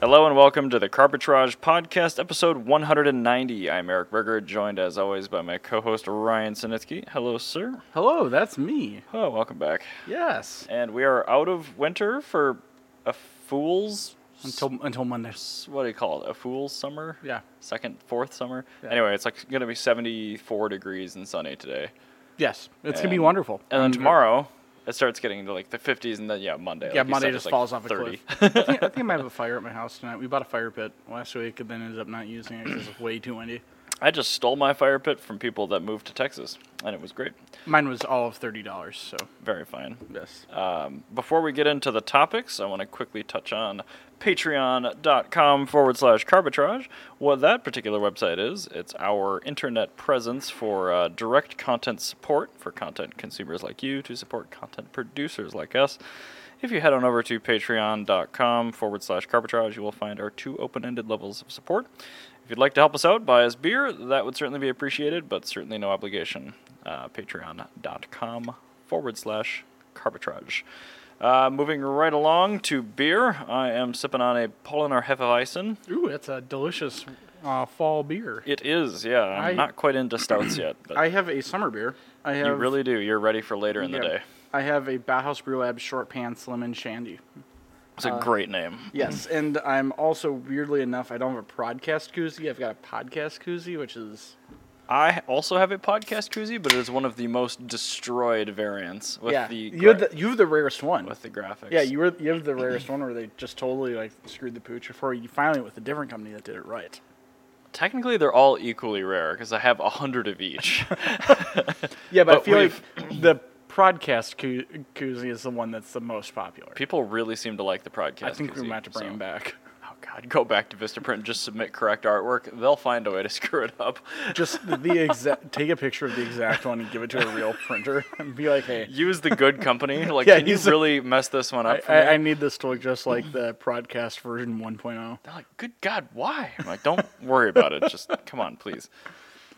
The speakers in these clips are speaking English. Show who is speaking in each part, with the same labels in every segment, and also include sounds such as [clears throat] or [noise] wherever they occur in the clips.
Speaker 1: Hello and welcome to the Carpetrage Podcast, episode 190. I'm Eric Berger, joined as always by my co host Ryan Sinitsky. Hello, sir.
Speaker 2: Hello, that's me.
Speaker 1: Oh, welcome back.
Speaker 2: Yes.
Speaker 1: And we are out of winter for a fool's.
Speaker 2: Until until Monday.
Speaker 1: s- What do you call it? A fool's summer?
Speaker 2: Yeah.
Speaker 1: Second, fourth summer?
Speaker 2: Yeah.
Speaker 1: Anyway, it's like going to be 74 degrees and sunny today.
Speaker 2: Yes. It's gonna be
Speaker 1: And-
Speaker 2: wonderful.
Speaker 1: And
Speaker 2: I'm-
Speaker 1: then tomorrow, it starts getting into like the 50s, and then, yeah, Monday.
Speaker 2: Yeah,
Speaker 1: like you
Speaker 2: Monday
Speaker 1: said,
Speaker 2: just
Speaker 1: it's, like,
Speaker 2: falls off a
Speaker 1: 30.
Speaker 2: cliff. [laughs] I
Speaker 1: [laughs]
Speaker 2: think, I think I might have a fire at my house tonight. We bought a fire pit last week and then ended up not using it because it's way too windy.
Speaker 1: I just stole my fire pit from people that moved to Texas, and it was great.
Speaker 2: Mine was all of thirty dollars. So Uh,
Speaker 1: Very fine.
Speaker 2: yes.
Speaker 1: Um, before we get into the topics, I want to quickly touch on patreon.com forward slash carbitrage. What that particular website is, it's our internet presence for uh, direct content support for content consumers like you to support content producers like us. If you head on over to patreon.com forward slash carbitrage, you will find our two open ended levels of support. If you'd like to help us out, buy us beer. That would certainly be appreciated, but certainly no obligation. Uh, patreon.com forward slash Carbitrage. Uh, moving right along to beer, I am sipping on a Pollinar Hefeweizen.
Speaker 2: Ooh, that's a delicious uh, fall beer.
Speaker 1: It is, yeah. I'm
Speaker 2: I-
Speaker 1: not quite into stouts
Speaker 2: [clears throat]
Speaker 1: yet, but
Speaker 2: I have a summer beer. I have
Speaker 1: you really do. You're ready for later in the
Speaker 2: yeah,
Speaker 1: day.
Speaker 2: I have a Bauhaus Brew Lab short pants lemon shandy.
Speaker 1: It's
Speaker 2: Uh,
Speaker 1: a great name.
Speaker 2: Yes, and I'm also weirdly enough, I don't have a podcast koozie. I've got a podcast koozie, which is
Speaker 1: I also have a podcast koozie, but it is one of the most destroyed variants with
Speaker 2: yeah.
Speaker 1: the
Speaker 2: you have
Speaker 1: gra-
Speaker 2: the you have the rarest one.
Speaker 1: with the graphics.
Speaker 2: yeah, you were you have the rarest one where they just totally like screwed the pooch for you. Finally, with a different company that did it right.
Speaker 1: technically they're all equally rare because I have a hundred of
Speaker 2: [laughs]
Speaker 1: each.
Speaker 2: Yeah, but,
Speaker 1: But
Speaker 2: I feel like the podcast koo- koozie is the one that's the most popular.
Speaker 1: People really seem to like the podcast.
Speaker 2: I think we
Speaker 1: koozie,
Speaker 2: might have to bring
Speaker 1: so-
Speaker 2: them back.
Speaker 1: Oh God, go back to Vistaprint and just submit correct artwork. They'll find a way to [laughs] screw it up.
Speaker 2: Just the exact take a picture of the exact one and give it to a real printer and be like, hey,
Speaker 1: use the good
Speaker 2: [laughs]
Speaker 1: company. Like,
Speaker 2: Yeah,
Speaker 1: can you
Speaker 2: use the-
Speaker 1: really mess this one
Speaker 2: I,
Speaker 1: up? For
Speaker 2: I,
Speaker 1: me?
Speaker 2: I need this to look just like the podcast version oh. 1.0.
Speaker 1: They're like, good God, why? I'm like, don't worry about it.
Speaker 2: [laughs]
Speaker 1: Just come on, please.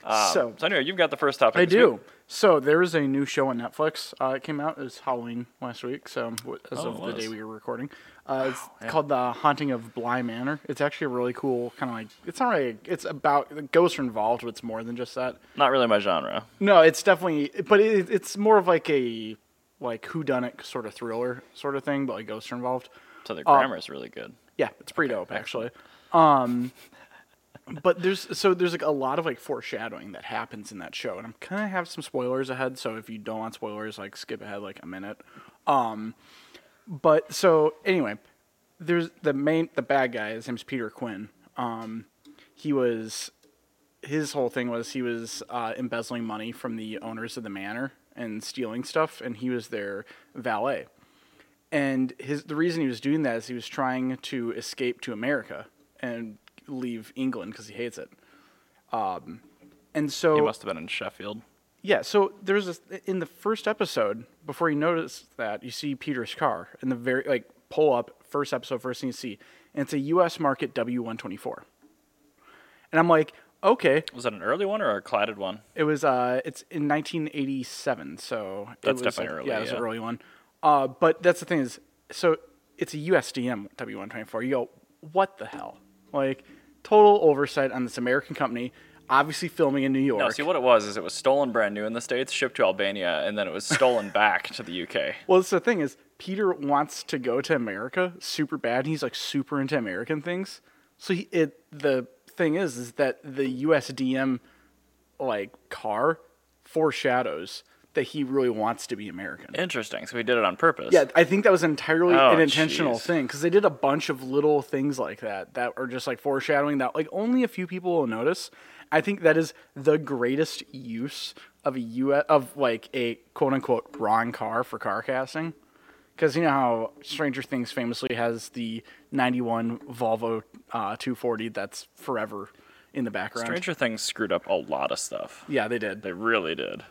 Speaker 1: Um, so,
Speaker 2: So-
Speaker 1: anyway, you've got the first topic.
Speaker 2: I
Speaker 1: this
Speaker 2: do.
Speaker 1: week.
Speaker 2: So there is a new show on Netflix. Uh, it came out. It was Halloween last week. So w- as
Speaker 1: Oh,
Speaker 2: of
Speaker 1: it
Speaker 2: the day
Speaker 1: was.
Speaker 2: we were recording, uh, it's called The Haunting of Bly Manor. It's actually a really cool kind of like. It's not really. It's about the ghosts are involved, but it's more than just that.
Speaker 1: Not really my genre.
Speaker 2: No, it's definitely. But it, it's more of like a like who done it sort of thriller sort of thing, but like ghosts are involved.
Speaker 1: So the
Speaker 2: Uh,
Speaker 1: grammar is really good.
Speaker 2: Yeah, it's pretty dope actually. Um, but there's so there's like a lot of like foreshadowing that happens in that show, and I'm kind of have some spoilers ahead. So if you don't want spoilers, like skip ahead like a minute. Um, but so anyway, there's the main the bad guy. His name's Peter Quinn. Um, he was his whole thing was he was uh, embezzling money from the owners of the manor and stealing stuff, and he was their valet and his the reason he was doing that is he was trying to escape to America and leave England because he hates it. Um, and so
Speaker 1: He must have been in Sheffield.
Speaker 2: yeah, so there's this in the first episode before you notice that you see Peter's car in the very like pull up first episode first thing you see, and it's a U.S. market W124, and I'm like, okay,
Speaker 1: Was that an early one or a clatted one?
Speaker 2: it was uh, it's in 1987, so it
Speaker 1: That's
Speaker 2: was,
Speaker 1: definitely
Speaker 2: like-
Speaker 1: early,
Speaker 2: Yeah, it was
Speaker 1: yeah.
Speaker 2: an early one. Uh, but that's the thing is, so it's a USDM W124. You go, what the hell? Like total oversight on this American company, obviously filming in New York.
Speaker 1: No, see what it was is it was stolen brand new in the states, shipped to Albania, and then it was
Speaker 2: [laughs]
Speaker 1: stolen back to the UK.
Speaker 2: Well, that's the thing is, Peter wants to go to America super bad. And he's like super into American things. So he, it the thing is, is that the USDM like car foreshadows that he really wants to be American.
Speaker 1: Interesting. So he did it on purpose.
Speaker 2: Yeah, I think that was entirely
Speaker 1: Oh,
Speaker 2: an intentional
Speaker 1: jeez.
Speaker 2: thing because they did a bunch of little things like that that are just like foreshadowing that like only a few people will notice. I think that is the greatest use of a U of like a quote unquote wrong car for car casting. Because you know how Stranger Things famously has the '91 Volvo uh, 240 that's forever in the background.
Speaker 1: Stranger Things screwed up a lot of stuff.
Speaker 2: yeah, they did.
Speaker 1: They really did.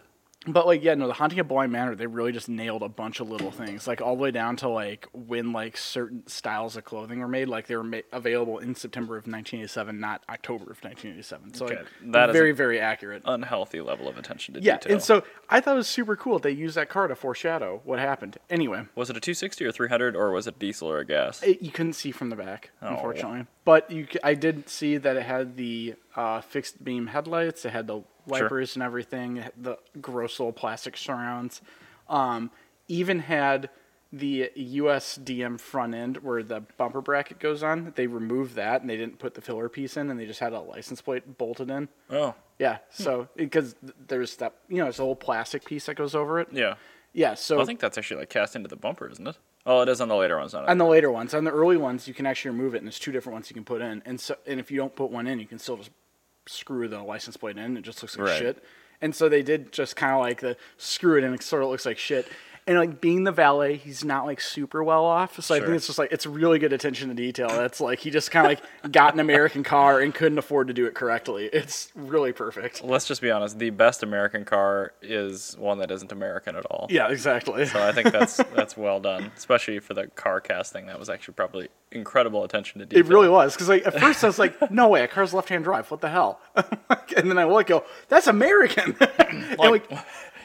Speaker 2: But like yeah, no, the haunting of Bly Manor, they really just nailed a bunch of little things, like all the way down to like when like certain styles of clothing were made, like they were ma- available in September of 1987, not October of 1987. So
Speaker 1: Okay,
Speaker 2: like,
Speaker 1: that is a-
Speaker 2: very very accurate.
Speaker 1: Unhealthy level of attention to
Speaker 2: yeah,
Speaker 1: detail.
Speaker 2: and so I thought it was super cool they used that car to foreshadow what happened. Anyway,
Speaker 1: was it a 260 or 300 or was it diesel or a gas?
Speaker 2: it, you couldn't see from the back,
Speaker 1: Oh.
Speaker 2: unfortunately, but you c- I did see that it had the uh, fixed beam headlights, it had the wipers and everything, it had the gross little plastic surrounds, um, even had the USDM front end where the bumper bracket goes on. They removed that and they didn't put the filler piece in, and they just had a license plate bolted in.
Speaker 1: oh,
Speaker 2: Yeah, so because there's that you know it's a little plastic piece that goes over it.
Speaker 1: yeah.
Speaker 2: Yeah, so
Speaker 1: Well, I think that's actually like cast into the bumper, isn't it? Oh, it is on the later ones, not
Speaker 2: on the later ones, on the early ones, you can actually remove it, and there's two different ones you can put in. And so, and if you don't put one in, you can still just screw the license plate in. It just looks like
Speaker 1: Right.
Speaker 2: shit. And so they did just kind of like the screw it in. It sort of looks like shit. And like being the valet, he's not like super well off. So I
Speaker 1: Sure.
Speaker 2: think it's just like it's really good attention to detail. That's like he just kind of like got an American car and couldn't afford to do it correctly. It's really perfect.
Speaker 1: Let's just be honest. The best American car is one that isn't American at all.
Speaker 2: Yeah, exactly. [laughs]
Speaker 1: So I think that's that's well done, especially for the car casting. That was actually probably incredible attention to detail.
Speaker 2: It really was because like at first I was like, "No way, a car's left-hand drive. What the hell?" [laughs] and then I look, go, "That's American." [laughs] and like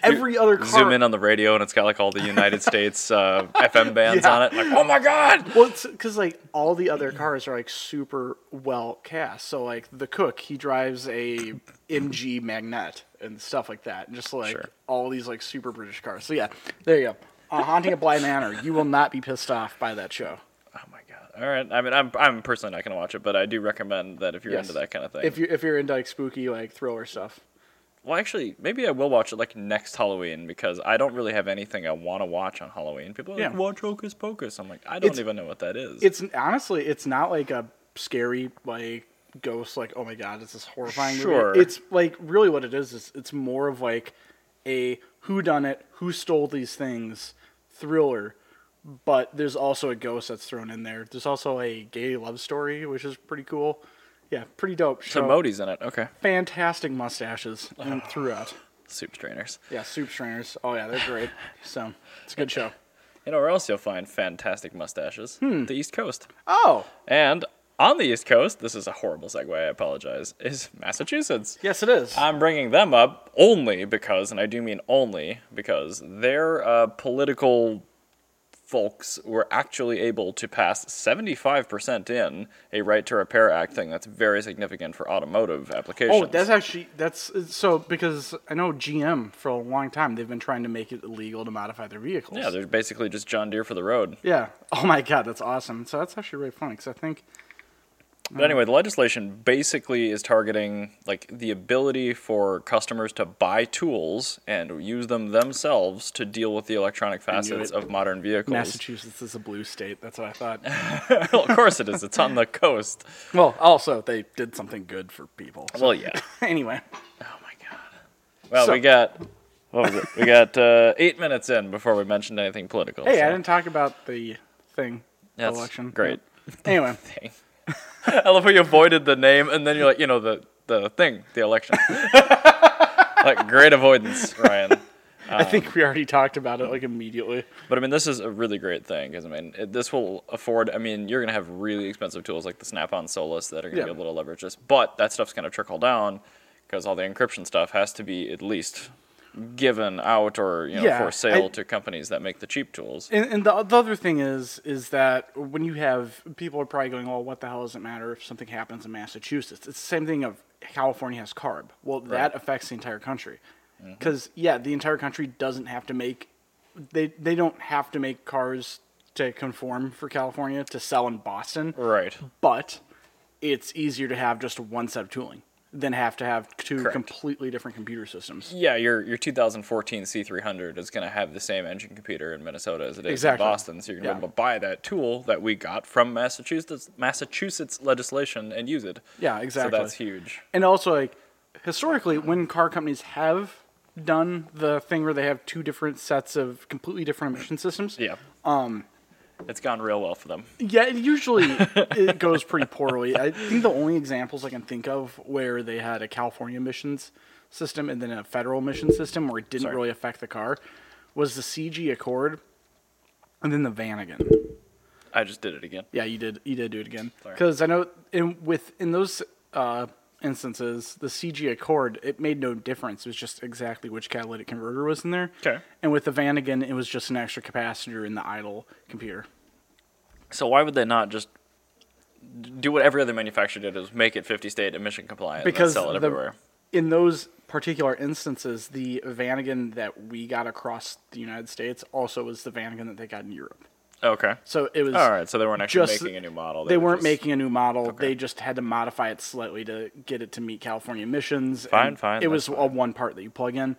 Speaker 2: every other car.
Speaker 1: Zoom in on the radio, and it's got like all the
Speaker 2: [laughs]
Speaker 1: United States uh, FM bands
Speaker 2: Yeah.
Speaker 1: on it. Like, oh my god!
Speaker 2: Well, because like all the other cars are like super well cast. So like the cook, he drives a MG Magnet and stuff like that, and just like
Speaker 1: Sure.
Speaker 2: all these like super British cars. So yeah, there you go. Uh, Haunting at Bly Manor. You will not be pissed off by that show.
Speaker 1: Oh my god! All right. I mean, I'm I'm personally not gonna watch it, but I do recommend that if you're
Speaker 2: Yes.
Speaker 1: into that kind of thing.
Speaker 2: If you if you're into like spooky like thriller stuff,
Speaker 1: well, actually, maybe I will watch it like next Halloween because I don't really have anything I want to watch on Halloween. People are like,
Speaker 2: Yeah.
Speaker 1: watch Hocus Pocus. I'm like, I don't
Speaker 2: It's-
Speaker 1: even know what that is.
Speaker 2: it's honestly it's not like a scary like ghost like oh my god it's this horrifying
Speaker 1: Sure.
Speaker 2: movie. it's like really what it is is it's more of like a who done it who stole these things thriller but there's also a ghost that's thrown in there there's also a gay love story which is pretty cool yeah pretty dope
Speaker 1: So
Speaker 2: show
Speaker 1: Modi's in it. Okay.
Speaker 2: fantastic mustaches and throughout
Speaker 1: Soup strainers.
Speaker 2: yeah soup strainers oh yeah they're great so it's a good show
Speaker 1: You know where else you'll find fantastic mustaches?
Speaker 2: Hmm.
Speaker 1: The East Coast.
Speaker 2: oh
Speaker 1: And on the East Coast, this is a horrible segue, I apologize, is Massachusetts.
Speaker 2: yes it is
Speaker 1: I'm bringing them up only because, and I do mean only because, their uh, political folks were actually able to pass 75% in a right to repair act thing that's very significant for automotive applications.
Speaker 2: Oh, that's actually that's so because I know GM for a long time they've been trying to make it illegal to modify their vehicles.
Speaker 1: yeah, they're basically just John Deere for the road.
Speaker 2: yeah. Oh my god, that's awesome. So that's actually really funny because I think
Speaker 1: But anyway, the legislation basically is targeting like the ability for customers to buy tools and use them themselves to deal with the electronic facets
Speaker 2: it.
Speaker 1: of modern vehicles.
Speaker 2: Massachusetts is a blue state. That's what I thought.
Speaker 1: [laughs]
Speaker 2: [laughs]
Speaker 1: well, of course it is. It's on the coast.
Speaker 2: well, also they did something good for people. So
Speaker 1: Well, yeah.
Speaker 2: anyway,
Speaker 1: Oh my god. Well,
Speaker 2: So-
Speaker 1: we got what was it? we got uh, eight minutes in before we mentioned anything political.
Speaker 2: hey,
Speaker 1: so
Speaker 2: I didn't talk about the thing the
Speaker 1: that's
Speaker 2: election.
Speaker 1: Great.
Speaker 2: Anyway,
Speaker 1: Thing. [laughs] I love how you avoided the name and then you're like, you know, the the thing, the election. [laughs] like great avoidance, Ryan. Um,
Speaker 2: I think we already talked about it like immediately.
Speaker 1: But I mean, this is a really great thing because I mean, it, this will afford. I mean, you're gonna have really expensive tools like the Snap-on Solus that are gonna be
Speaker 2: Yeah.
Speaker 1: able to leverage this, but that stuff's gonna trickle down because all the encryption stuff has to be at least given out or you know
Speaker 2: Yeah,
Speaker 1: for sale
Speaker 2: I-
Speaker 1: to companies that make the cheap tools.
Speaker 2: And, and the, the other thing is, is that when you have people are probably going, well, what the hell does it matter if something happens in Massachusetts? It's the same thing of California has CARB. Well, that affects the entire country,
Speaker 1: Mm-hmm.
Speaker 2: because yeah, the entire country doesn't have to make they they don't have to make cars to conform for California to sell in Boston,
Speaker 1: Right.
Speaker 2: but it's easier to have just one set of tooling than have to have two
Speaker 1: Correct.
Speaker 2: completely different computer systems.
Speaker 1: Yeah, your your 2014 C300 is going to have the same engine computer in Minnesota as it is
Speaker 2: Exactly.
Speaker 1: in Boston, so you're going to be
Speaker 2: Yeah.
Speaker 1: able to buy that tool that we got from Massachusetts Massachusetts legislation and use it.
Speaker 2: Yeah,
Speaker 1: So
Speaker 2: exactly.
Speaker 1: that's huge.
Speaker 2: And also, like historically, when car companies have done the thing where they have two different sets of completely different emission systems,
Speaker 1: Yeah.
Speaker 2: Um,
Speaker 1: it's gone real well for them.
Speaker 2: yeah, it usually
Speaker 1: [laughs]
Speaker 2: it goes pretty poorly. I think the only examples I can think of where they had a California emissions system and then a federal mission system where it didn't
Speaker 1: Sorry.
Speaker 2: really affect the car was the CG Accord and then the Vanagon.
Speaker 1: I just did it again.
Speaker 2: Yeah, you did. You did do it again
Speaker 1: Sorry.
Speaker 2: because I know in with in those uh, instances, the CG Accord it made no difference. It was just exactly which catalytic converter was in there.
Speaker 1: 'Kay.
Speaker 2: And with the Vanagon, it was just an extra capacitor in the idle computer.
Speaker 1: So why would they not just do what every other manufacturer did is make it 50 state emission compliant
Speaker 2: Because
Speaker 1: and then sell it
Speaker 2: the-
Speaker 1: everywhere?
Speaker 2: In those particular instances, the Vanagon that we got across the United States also was the Vanagon that they got in Europe.
Speaker 1: Okay.
Speaker 2: So it was
Speaker 1: All right. So they weren't actually
Speaker 2: just-
Speaker 1: making a new model.
Speaker 2: they
Speaker 1: were
Speaker 2: weren't
Speaker 1: just-
Speaker 2: making a new model. They just had to modify it slightly to get it to meet California emissions.
Speaker 1: Fine,
Speaker 2: and
Speaker 1: fine,
Speaker 2: It was
Speaker 1: that's
Speaker 2: a one part that you plug in,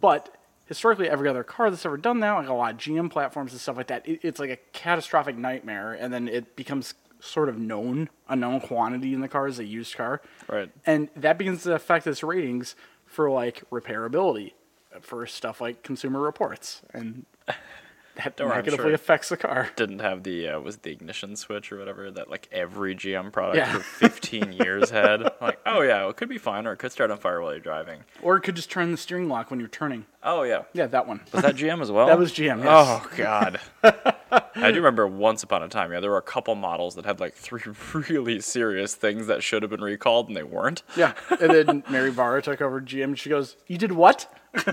Speaker 2: but historically, every other car that's ever done now, like a lot of GM platforms and stuff like that, it, it's like a catastrophic nightmare, and then it becomes sort of known, a known quantity in the car as a used car,
Speaker 1: Right.
Speaker 2: and that begins to affect its ratings for like repairability, for stuff like consumer reports, and
Speaker 1: [laughs]
Speaker 2: that
Speaker 1: Don't worry, I'm
Speaker 2: negatively
Speaker 1: sure.
Speaker 2: affects the car.
Speaker 1: Didn't have the uh, was it the ignition switch or whatever that like every GM product
Speaker 2: Yeah.
Speaker 1: for 15 years had.
Speaker 2: [laughs]
Speaker 1: Like, oh yeah, it could be fine, or it could start on fire while you're driving.
Speaker 2: Or it could just turn the steering lock when you're turning.
Speaker 1: Oh yeah.
Speaker 2: Yeah, that one.
Speaker 1: Was that GM as well?
Speaker 2: That was GM, yes.
Speaker 1: Oh
Speaker 2: [laughs]
Speaker 1: God. I do remember once upon a time, yeah, there were a couple models that had like three [laughs] really serious things that should have been recalled and they weren't.
Speaker 2: Yeah. And then Mary Barra took over GM. and She goes, "You did what?" [laughs]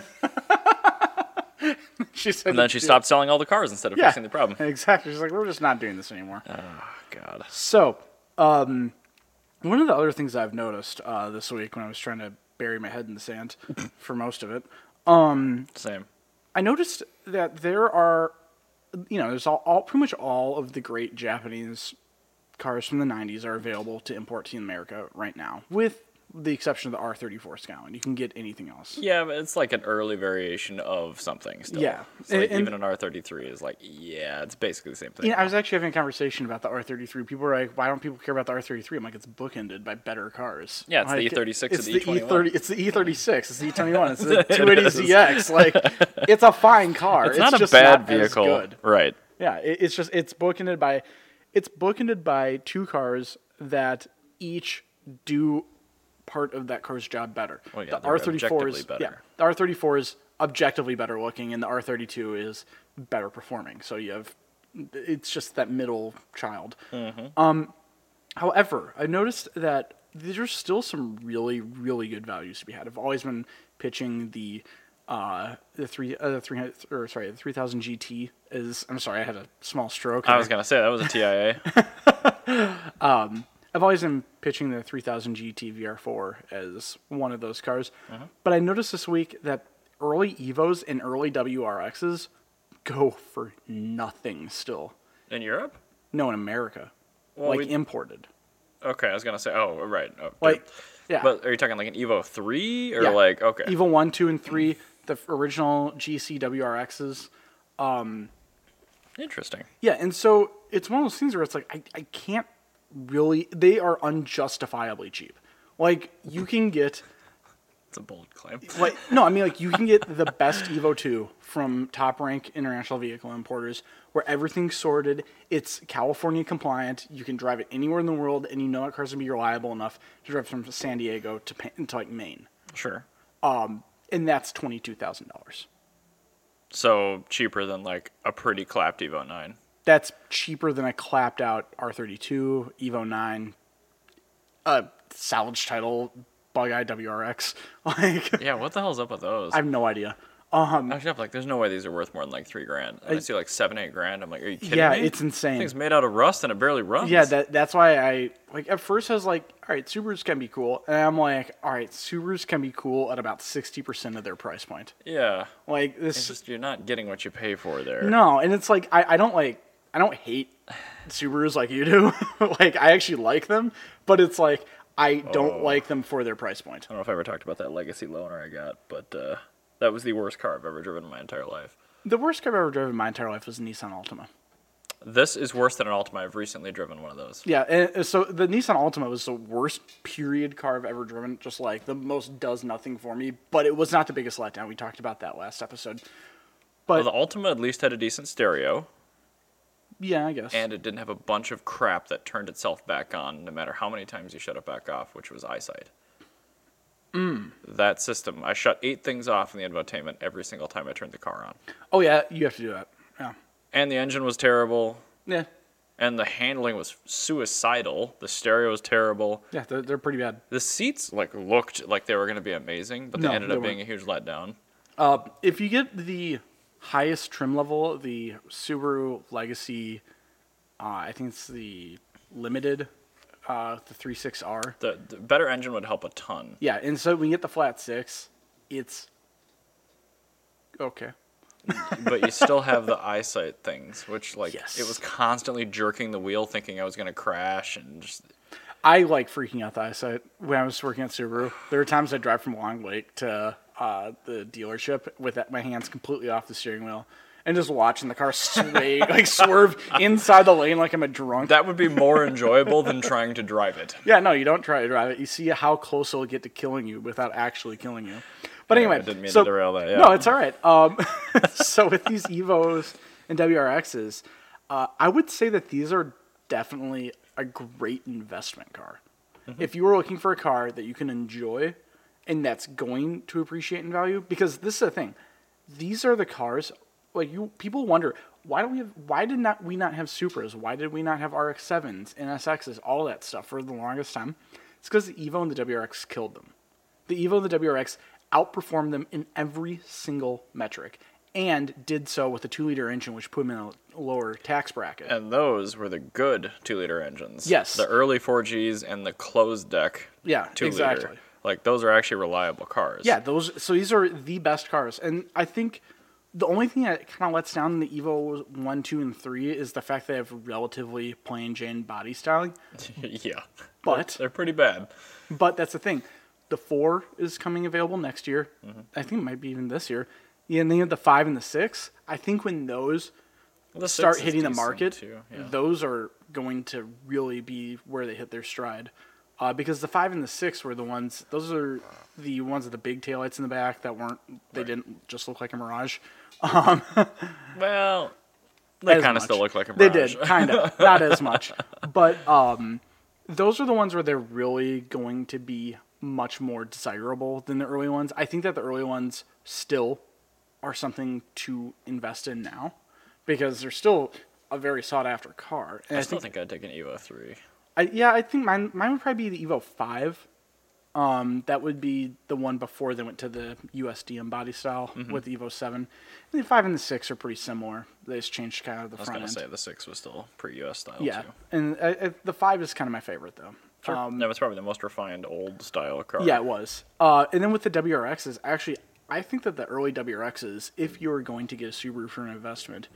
Speaker 2: she said.
Speaker 1: And then she stopped selling all the cars instead of
Speaker 2: yeah,
Speaker 1: fixing the problem.
Speaker 2: Exactly. She's like, "We're just not doing this anymore."
Speaker 1: Oh God.
Speaker 2: So, um, one of the other things I've noticed uh, this week when I was trying to bury my head in the sand for most of it,
Speaker 1: Same.
Speaker 2: I noticed that there are, you know, there's all, all pretty much all of the great Japanese cars from the 90s are available to import to America right now, with the exception of the R34 Skyline. You can get anything else.
Speaker 1: Yeah, but it's like an early variation of something. Still.
Speaker 2: Yeah.
Speaker 1: It's like
Speaker 2: And-
Speaker 1: even an R33 is like, yeah, it's basically the same thing.
Speaker 2: You know, I was actually having a conversation about the R33. People were like, "Why don't people care about the R33?" I'm like, "It's bookended by better cars."
Speaker 1: Yeah, it's the
Speaker 2: Like,
Speaker 1: E36
Speaker 2: It's
Speaker 1: and E
Speaker 2: the
Speaker 1: the E21.
Speaker 2: E30. It's the E36. It's the E21. It's
Speaker 1: [laughs]
Speaker 2: the
Speaker 1: is.
Speaker 2: 280ZX. Like, it's a fine car.
Speaker 1: it's, not a
Speaker 2: just
Speaker 1: bad
Speaker 2: not as
Speaker 1: vehicle.
Speaker 2: good.
Speaker 1: Right.
Speaker 2: Yeah, it, it's just it's bookended by it's bookended by two cars that each do part of that car's job better.
Speaker 1: Well, Oh, yeah,
Speaker 2: the
Speaker 1: they're
Speaker 2: R thirty four is
Speaker 1: objectively
Speaker 2: yeah,
Speaker 1: better.
Speaker 2: the R thirty four is objectively better looking, and the R thirty two is better performing. So you have it's just that middle child. However, I noticed that there's still some really, really good values to be had. I've always been pitching the uh, the three uh, the three hundred or sorry the three thousand GT is. I'm sorry, I had a small stroke.
Speaker 1: I was gonna say that was a [laughs] TIA.
Speaker 2: I've always been pitching the 3000 GT VR4 as one of those cars,
Speaker 1: Mm-hmm.
Speaker 2: but I noticed this week that early Evos and early WRXs go for nothing still.
Speaker 1: In Europe?
Speaker 2: No, in America,
Speaker 1: Well,
Speaker 2: like
Speaker 1: we-
Speaker 2: imported,
Speaker 1: Okay, I was gonna say. Oh, right. Oh,
Speaker 2: like
Speaker 1: dude.
Speaker 2: yeah.
Speaker 1: But are you talking like an Evo three or
Speaker 2: Yeah.
Speaker 1: like okay?
Speaker 2: Evil one, two, and three, the f- original GCWRXs.
Speaker 1: Interesting.
Speaker 2: Yeah, and so it's one of those things where it's like I, I can't really. They are unjustifiably cheap. Like you can get
Speaker 1: It's a bold claim.
Speaker 2: like no, I mean like you can get the best Evo two from Top Rank International Vehicle Importers, where everything's sorted. It's California compliant. You can drive it anywhere in the world, and you know that car's gonna be reliable enough to drive from San Diego to Pa- to like Maine.
Speaker 1: Sure.
Speaker 2: Um, and that's twenty two thousand dollars.
Speaker 1: So cheaper than like a pretty clapped Evo nine.
Speaker 2: that's cheaper than a clapped out R32, Evo 9, a salvage title, Bug Eye WRX. [laughs] Like,
Speaker 1: Yeah. What the hell's up with those?
Speaker 2: I have no idea. Um,
Speaker 1: Actually, I'm like, there's no way these are worth more than like three grand. And I, see like seven, eight grand. I'm like, are you kidding
Speaker 2: yeah,
Speaker 1: me?
Speaker 2: it's insane.
Speaker 1: Thing's made out of rust and it barely runs.
Speaker 2: Yeah, that, that's why I, like, at first I was like, all right, Subarus can be cool. And I'm like, all right, Subarus can be cool at about 60% of their price point.
Speaker 1: yeah.
Speaker 2: Like, this
Speaker 1: It's just you're not getting what you pay for there.
Speaker 2: No, and it's like I, I don't like I don't hate Subarus like you do. [laughs] like I actually like them, but it's like I don't like them for their price point.
Speaker 1: I don't know if I ever talked about that legacy loaner I got, but uh, that was the worst car I've ever driven in my entire life.
Speaker 2: The worst car I've ever driven in my entire life was a Nissan Altima.
Speaker 1: This is worse than an Altima. I've recently driven one of those.
Speaker 2: Yeah, and and so the Nissan Altima was the worst period car I've ever driven. Just like the most does nothing for me, but it was not the biggest letdown. We talked about that last episode.
Speaker 1: Well, the Altima at least had a decent stereo,
Speaker 2: Yeah, I guess.
Speaker 1: and it didn't have a bunch of crap that turned itself back on no matter how many times you shut it back off, which was eyesight. that system. I shut eight things off in the infotainment every single time I turned the car on.
Speaker 2: Oh yeah, you have to do that. Yeah.
Speaker 1: And the engine was terrible,
Speaker 2: Yeah.
Speaker 1: and the handling was suicidal. The stereo was terrible.
Speaker 2: Yeah, they're, they're pretty bad.
Speaker 1: The seats like looked like they were going to be amazing, but they
Speaker 2: No,
Speaker 1: ended
Speaker 2: they
Speaker 1: up being a huge letdown.
Speaker 2: Uh, if you get the highest trim level, the Subaru Legacy, uh, I think it's the Limited, uh, the 36R.
Speaker 1: The, the better engine would help a ton.
Speaker 2: Yeah, and so when you get the flat six, it's okay.
Speaker 1: but you still have the [laughs] eyesight things, which like
Speaker 2: Yes.
Speaker 1: it was constantly jerking the wheel, thinking I was gonna crash, and just
Speaker 2: I like freaking out the eyesight when I was working at Subaru. There were times I would drive from Long Lake to uh, the dealership with that, my hands completely off the steering wheel and just watching the car [laughs] sway, like swerve inside the lane like I'm a drunk.
Speaker 1: that would be more [laughs] enjoyable than trying to drive it.
Speaker 2: yeah, no, you don't try to drive it. You see how close it'll get to killing you without actually killing you. But anyway,
Speaker 1: I didn't mean
Speaker 2: so,
Speaker 1: to derail that, yeah.
Speaker 2: No, it's all right. Um, [laughs] so with these Evos and WRXs, uh, I would say that these are definitely a great investment car.
Speaker 1: Mm-hmm.
Speaker 2: If you were looking for a car that you can enjoy and that's going to appreciate in value, because this is the thing, these are the cars. Like you, people wonder why don't we have? Why did not we not have Supras? Why did we not have RX sevens, NSXs, all that stuff for the longest time? It's because the Evo and the WRX killed them. The Evo and the WRX outperformed them in every single metric and did so with a 2 liter engine, which put them in a lower tax bracket.
Speaker 1: And those were the good two-liter engines.
Speaker 2: Yes.
Speaker 1: the early 4Gs and the closed deck.
Speaker 2: Yeah, exactly.
Speaker 1: Like those are actually reliable cars.
Speaker 2: Yeah, those. So these are the best cars, and I think the only thing that kind of lets down the Evo one, two, and three is the fact they have relatively plain Jane body styling.
Speaker 1: [laughs] yeah.
Speaker 2: But-
Speaker 1: they're pretty bad.
Speaker 2: But that's the thing. The four is coming available next year. I think it might be even this year. Yeah, and then you have the five and the six. I think when those
Speaker 1: The six
Speaker 2: start
Speaker 1: is
Speaker 2: hitting the
Speaker 1: decent,
Speaker 2: market,
Speaker 1: too, yeah.
Speaker 2: those are going to really be where they hit their stride. Uh, because the five and the six were the ones; those are the ones with the big taillights in the back that weren't. They didn't just look like a Mirage. [laughs] Um,
Speaker 1: Well, they
Speaker 2: as
Speaker 1: kind of
Speaker 2: much.
Speaker 1: still look like a.
Speaker 2: They
Speaker 1: Mirage. [laughs]
Speaker 2: did, kind of, not as much, but um, those are the ones where they're really going to be much more desirable than the early ones. I think that the early ones still are something to invest in now because they're still a very sought after car. And
Speaker 1: I
Speaker 2: I
Speaker 1: still
Speaker 2: think,
Speaker 1: think I'd take an Evo three.
Speaker 2: I, yeah, I think mine mine would probably be the Evo Five. Um, that would be the one before they went to the USDM body style
Speaker 1: Mm-hmm.
Speaker 2: with the Evo Seven. And the five and the six are pretty similar. They just changed kind of the
Speaker 1: I was
Speaker 2: front
Speaker 1: gonna
Speaker 2: end.
Speaker 1: say the six was still pre-US style
Speaker 2: Yeah,
Speaker 1: too.
Speaker 2: and I, I, the five is kind of my favorite though.
Speaker 1: Sure. no, it's probably the most refined old style car.
Speaker 2: Yeah, it was. Uh, and then with the WRXs, actually, I think that the early WRXs, if you were going to get a Subaru for an investment,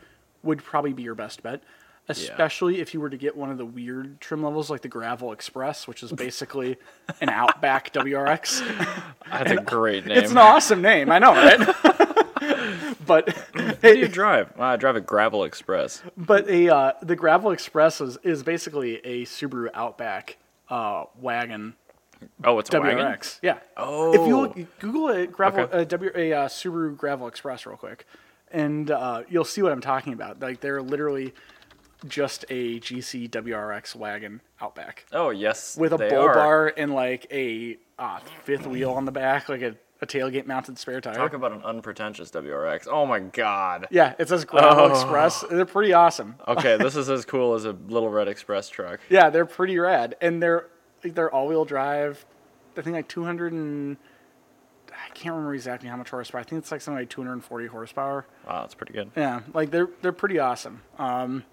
Speaker 2: would probably be your best bet. Especially if you were to get one of the weird trim levels like the Gravel Express, which is basically an Outback WRX.
Speaker 1: that's a
Speaker 2: [laughs]
Speaker 1: great name.
Speaker 2: It's an awesome name, I know, right? [laughs] but
Speaker 1: What do you drive? Well, I drive a gravel express.
Speaker 2: But a uh, the Gravel Express is, is basically a Subaru Outback uh, wagon
Speaker 1: Oh, it's a wagon.
Speaker 2: WRX. Yeah. If you
Speaker 1: Oh.
Speaker 2: look, Google a gravel
Speaker 1: Okay.
Speaker 2: a, w, a uh, Subaru Gravel Express real quick, and uh, you'll see what I'm talking about. Like they're literally just a GC WRX wagon Outback
Speaker 1: Oh yes,
Speaker 2: with a
Speaker 1: they
Speaker 2: bull
Speaker 1: are.
Speaker 2: bar and like a uh, fifth wheel on the back, like a, a tailgate mounted spare tire.
Speaker 1: Talk about an unpretentious WRX. Oh my god.
Speaker 2: yeah, it says
Speaker 1: Oh.
Speaker 2: Gravel Express. They're pretty awesome. [laughs]
Speaker 1: Okay, this is as cool as a little red express truck.
Speaker 2: Yeah, they're pretty rad, and they're they're all wheel drive. I think like 200 and I can't remember exactly how much horsepower. I think it's like something like 240 horsepower.
Speaker 1: Wow, that's pretty good.
Speaker 2: Yeah, like they're they're pretty awesome. Um,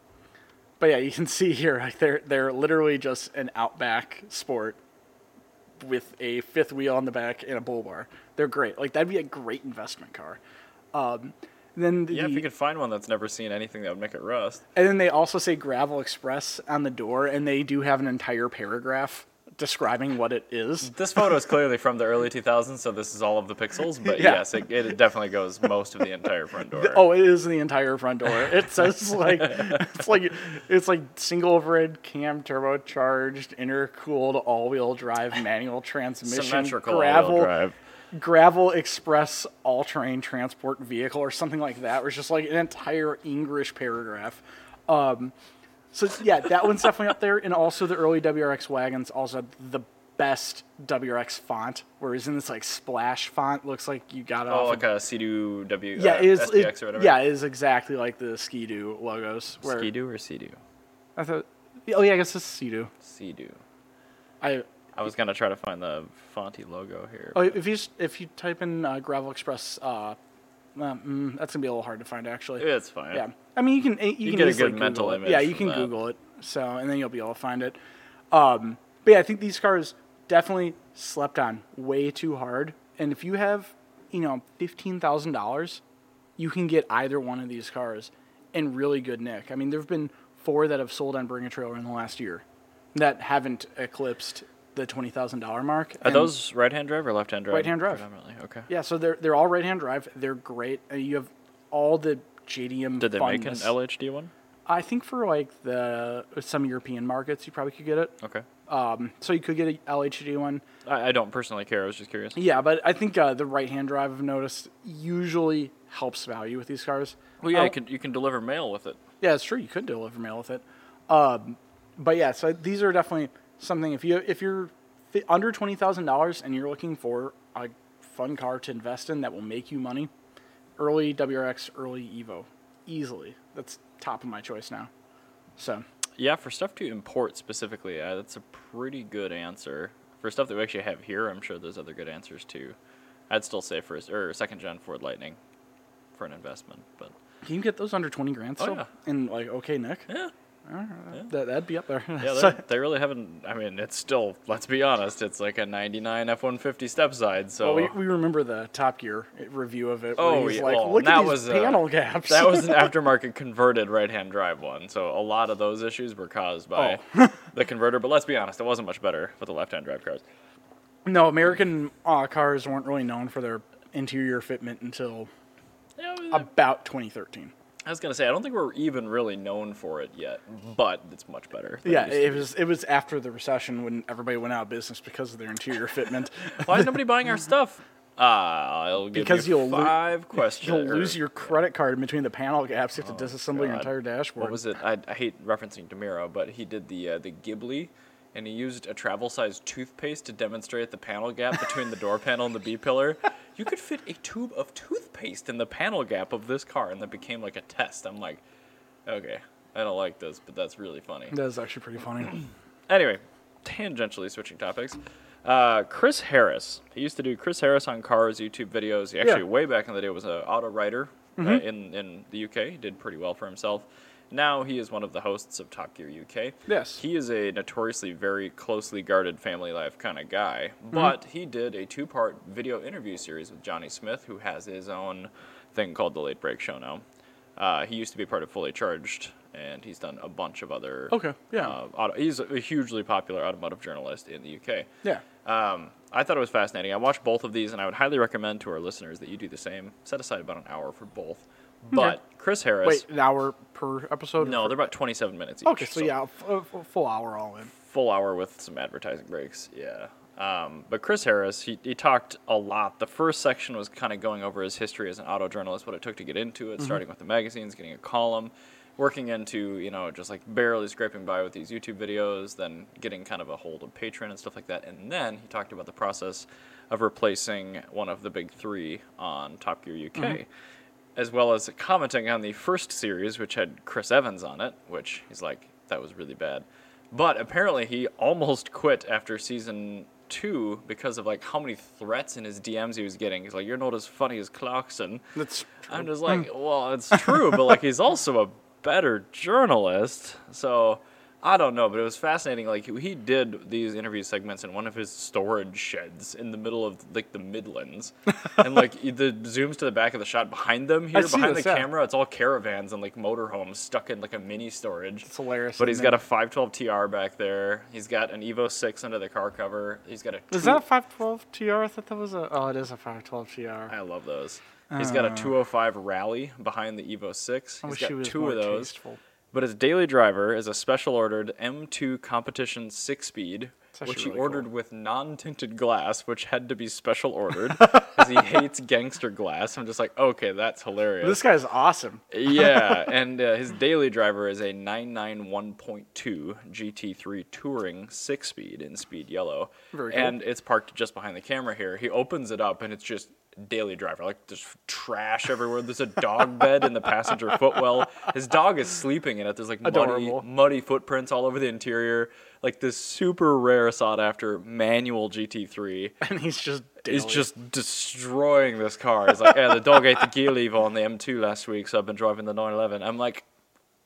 Speaker 2: but yeah, you can [laughs] see here like they're they're literally just an Outback Sport with a fifth wheel on the back and a bull bar. They're great. Like that'd be a great investment car. Um, then the,
Speaker 1: Yeah, if you could find one that's never seen anything that would make it rust.
Speaker 2: and then they also say Gravel Express on the door, and they do have an entire paragraph describing what it is.
Speaker 1: This photo is clearly from the early 2000s, so this is all of the pixels. But
Speaker 2: [laughs] Yeah.
Speaker 1: yes, it, it definitely goes most of the entire front door.
Speaker 2: Oh, it is the entire front door.
Speaker 1: [laughs]
Speaker 2: It says like it's like it's like single overhead cam turbocharged intercooled all wheel drive manual transmission
Speaker 1: Symmetrical
Speaker 2: gravel
Speaker 1: all-wheel drive.
Speaker 2: gravel express all terrain transport vehicle or something like that. Where it's just like an entire English paragraph. Um, so yeah, that one's definitely up there, and also the early WRX wagons also had the best WRX font, whereas in this like splash font looks like you got it
Speaker 3: Oh,
Speaker 2: off.
Speaker 3: like
Speaker 2: of,
Speaker 3: a CDU W.
Speaker 2: yeah,
Speaker 3: uh,
Speaker 2: it is.
Speaker 3: SPX
Speaker 2: it-
Speaker 3: or whatever.
Speaker 2: yeah, it is exactly like the Ski-Doo logos. Where
Speaker 3: Skidoo or CDU?
Speaker 2: I thought, oh yeah, I guess it's Ski-Doo.
Speaker 3: CDU.
Speaker 2: I
Speaker 1: I was gonna try to find the Fonty logo here.
Speaker 2: oh, if you s- if you type in uh, Gravel Express, uh, uh, mm, that's gonna be a little hard to find actually.
Speaker 1: it's fine.
Speaker 2: Yeah, I mean you can you, can
Speaker 1: get a
Speaker 2: easily
Speaker 1: good mental
Speaker 2: Google it.
Speaker 1: image
Speaker 2: Yeah, you
Speaker 1: from
Speaker 2: can
Speaker 1: that.
Speaker 2: Google it, so and then you'll be able to find it. Um, but yeah, I think these cars definitely slept on way too hard. And if you have, you know, fifteen thousand dollars, you can get either one of these cars in really good nick. I mean, there have been four that have sold on Bring a Trailer in the last year that haven't eclipsed the twenty thousand dollar mark.
Speaker 1: Are those right-hand drive or left-hand drive?
Speaker 2: Right-hand drive.
Speaker 1: Predominantly. Okay.
Speaker 2: Yeah, so they're they're all right hand drive. They're great. Uh, You have all the JDM.
Speaker 1: Did they make an
Speaker 2: funness.
Speaker 1: LHD one?
Speaker 2: I think for like the some European markets, you probably could get it.
Speaker 1: Okay.
Speaker 2: Um, so you could get a LHD one.
Speaker 1: I, I don't personally care. I was just curious.
Speaker 2: Yeah, but I think uh, the right-hand drive I've noticed usually helps value with these cars.
Speaker 1: Well, yeah,
Speaker 2: I
Speaker 1: you can you can deliver mail with it.
Speaker 2: yeah, it's true. You could deliver mail with it. Um, but yeah, so these are definitely something. If you if you're fi- under twenty thousand dollars and you're looking for a fun car to invest in that will make you money, early WRX, early Evo, easily. That's top of my choice now. So
Speaker 1: Yeah, for stuff to import specifically, uh, that's a pretty good answer. For stuff that we actually have here, I'm sure there's other good answers too. I'd still say first or second gen Ford Lightning for an investment, but
Speaker 2: Can you get those under 20 grand
Speaker 1: Oh,
Speaker 2: still?
Speaker 1: yeah.
Speaker 2: And like, okay, Nick.
Speaker 1: yeah,
Speaker 2: That, that'd be up there. [laughs]
Speaker 1: yeah,
Speaker 2: So-
Speaker 1: they- they really haven't. I mean, it's still. Let's be honest, it's like a 99 F150 step side. So
Speaker 2: well, uh, we, we remember the Top Gear review of it. where
Speaker 1: Oh,
Speaker 2: he's
Speaker 1: yeah.
Speaker 2: like,
Speaker 1: Oh,
Speaker 2: look
Speaker 1: that
Speaker 2: at these
Speaker 1: was, uh,
Speaker 2: panel gaps.
Speaker 1: that
Speaker 2: [laughs]
Speaker 1: was an aftermarket converted right-hand drive one. So a lot of those issues were caused by the converter. But let's be honest, it wasn't much better with the left-hand drive cars.
Speaker 2: no, American uh, cars weren't really known for their interior fitment until
Speaker 1: Yeah, we-
Speaker 2: about 2013.
Speaker 1: I was gonna say I don't think we're even really known for it yet, but it's much better. than
Speaker 2: Mm-hmm. Yeah,
Speaker 1: it used to
Speaker 2: it was it was after the recession when everybody went out of business because of their interior fitment.
Speaker 1: [laughs] be. Why is nobody buying
Speaker 2: [laughs]
Speaker 1: our stuff? Ah, I'll give
Speaker 2: Because
Speaker 1: you
Speaker 2: [laughs] you'll lo-
Speaker 1: five questions.
Speaker 2: You'll lose your credit card in between the panel gaps. You have to disassemble
Speaker 1: Oh,
Speaker 2: your
Speaker 1: God.
Speaker 2: entire dashboard.
Speaker 1: What was it? I, I hate referencing Demiro, but he did the uh, the Ghibli, and he used a travel-sized toothpaste to demonstrate the panel gap between the door panel and the B
Speaker 2: [laughs]
Speaker 1: pillar. You could fit a tube of toothpaste in the panel gap of this car, and that became like a test. I'm like, okay, I don't like this, but that's really funny.
Speaker 2: That was actually
Speaker 1: [clears throat]
Speaker 2: pretty funny.
Speaker 1: anyway, tangentially switching topics. Uh, Chris Harris. He used to do Chris Harris on cars YouTube videos. He actually
Speaker 2: Yeah. Mm-hmm.
Speaker 1: way back in the day was an auto writer uh, in in the UK. He did pretty well for himself. Now he is one of the hosts of Top Gear UK.
Speaker 2: Yes.
Speaker 1: he is a notoriously very closely guarded family life kind of guy.
Speaker 2: Mm-hmm.
Speaker 1: But he did a two part video interview series with Johnny Smith, who has his own thing called the Late Break Show now. Uh, he used to be part of Fully Charged, and he's done a bunch of other
Speaker 2: Okay, yeah.
Speaker 1: uh, auto, he's a hugely popular automotive journalist in the UK.
Speaker 2: yeah.
Speaker 1: Um, I thought it was fascinating. I watched both of these, and I would highly recommend to our listeners that you do the same. Set aside about an hour for both. But Chris Harris,
Speaker 2: Wait, an hour per episode?
Speaker 1: no, they're about 27 minutes each.
Speaker 2: Okay, so yeah, f- uh, f- full hour all in.
Speaker 1: full hour with some advertising breaks. Yeah. Um, but Chris Harris, he, he talked a lot. The first section was kind of going over his history as an auto journalist, what it took to get into it, starting with the magazines, getting a column, working into, you know, just like barely scraping by with these YouTube videos, then getting kind of a hold of Patreon and stuff like that. And then he talked about the process of replacing one of the big three on Top Gear UK as well as commenting on the first series, which had Chris Evans on it, which he's like, that was really bad. But apparently, he almost quit after season two because of like how many threats in his DMs he was getting. He's like, "You're not as funny as Clarkson."
Speaker 2: That's
Speaker 1: I'm
Speaker 2: Hmm.
Speaker 1: just like, well, it's true, but like he's also a better journalist. So I don't know, but it was fascinating. Like he did these interview segments in one of his storage sheds in the middle of like the Midlands, and
Speaker 2: [laughs]
Speaker 1: like the zooms to the back of the shot behind them here,
Speaker 2: see
Speaker 1: behind
Speaker 2: this,
Speaker 1: the
Speaker 2: yeah.
Speaker 1: camera, it's all caravans and like motorhomes stuck in like a mini storage.
Speaker 2: It's hilarious.
Speaker 1: But he's
Speaker 2: isn't
Speaker 1: got
Speaker 2: it?
Speaker 1: a 512 TR back there. He's got an Evo 6 under the car cover. He's got a.
Speaker 2: Is that a 512 TR? I thought that was a. Oh, it is a 512 TR.
Speaker 1: I love those. He's got a 205 Rally behind the Evo 6.
Speaker 2: Uh.
Speaker 1: He's
Speaker 2: I wish
Speaker 1: got
Speaker 2: he was
Speaker 1: two
Speaker 2: more
Speaker 1: of those.
Speaker 2: tasteful.
Speaker 1: But his daily driver is a special ordered M2 competition six speed
Speaker 2: actually
Speaker 1: which he
Speaker 2: really cool.
Speaker 1: ordered with non-tinted glass, which had to be special
Speaker 2: [laughs]
Speaker 1: ordered because he hates gangster glass. I'm just like, okay, that's hilarious.
Speaker 2: This guy's awesome. [laughs]
Speaker 1: yeah, and uh, his daily driver is a 991.2 GT3 Touring six speed in speed yellow.
Speaker 2: Very cool.
Speaker 1: And it's parked just behind the camera here. He opens it up, and it's just daily driver. Like, there's trash everywhere. There's a dog bed in the passenger footwell. His dog is sleeping in it. There's like muddy,
Speaker 2: Adorable.
Speaker 1: muddy footprints all over the interior. Like, this super rare, sought after manual GT3
Speaker 2: And he's just
Speaker 1: is
Speaker 2: daily.
Speaker 1: just destroying this car. It's like, yeah, the dog ate the gear lever on the M2 last week, so I've been driving the 911. I'm like,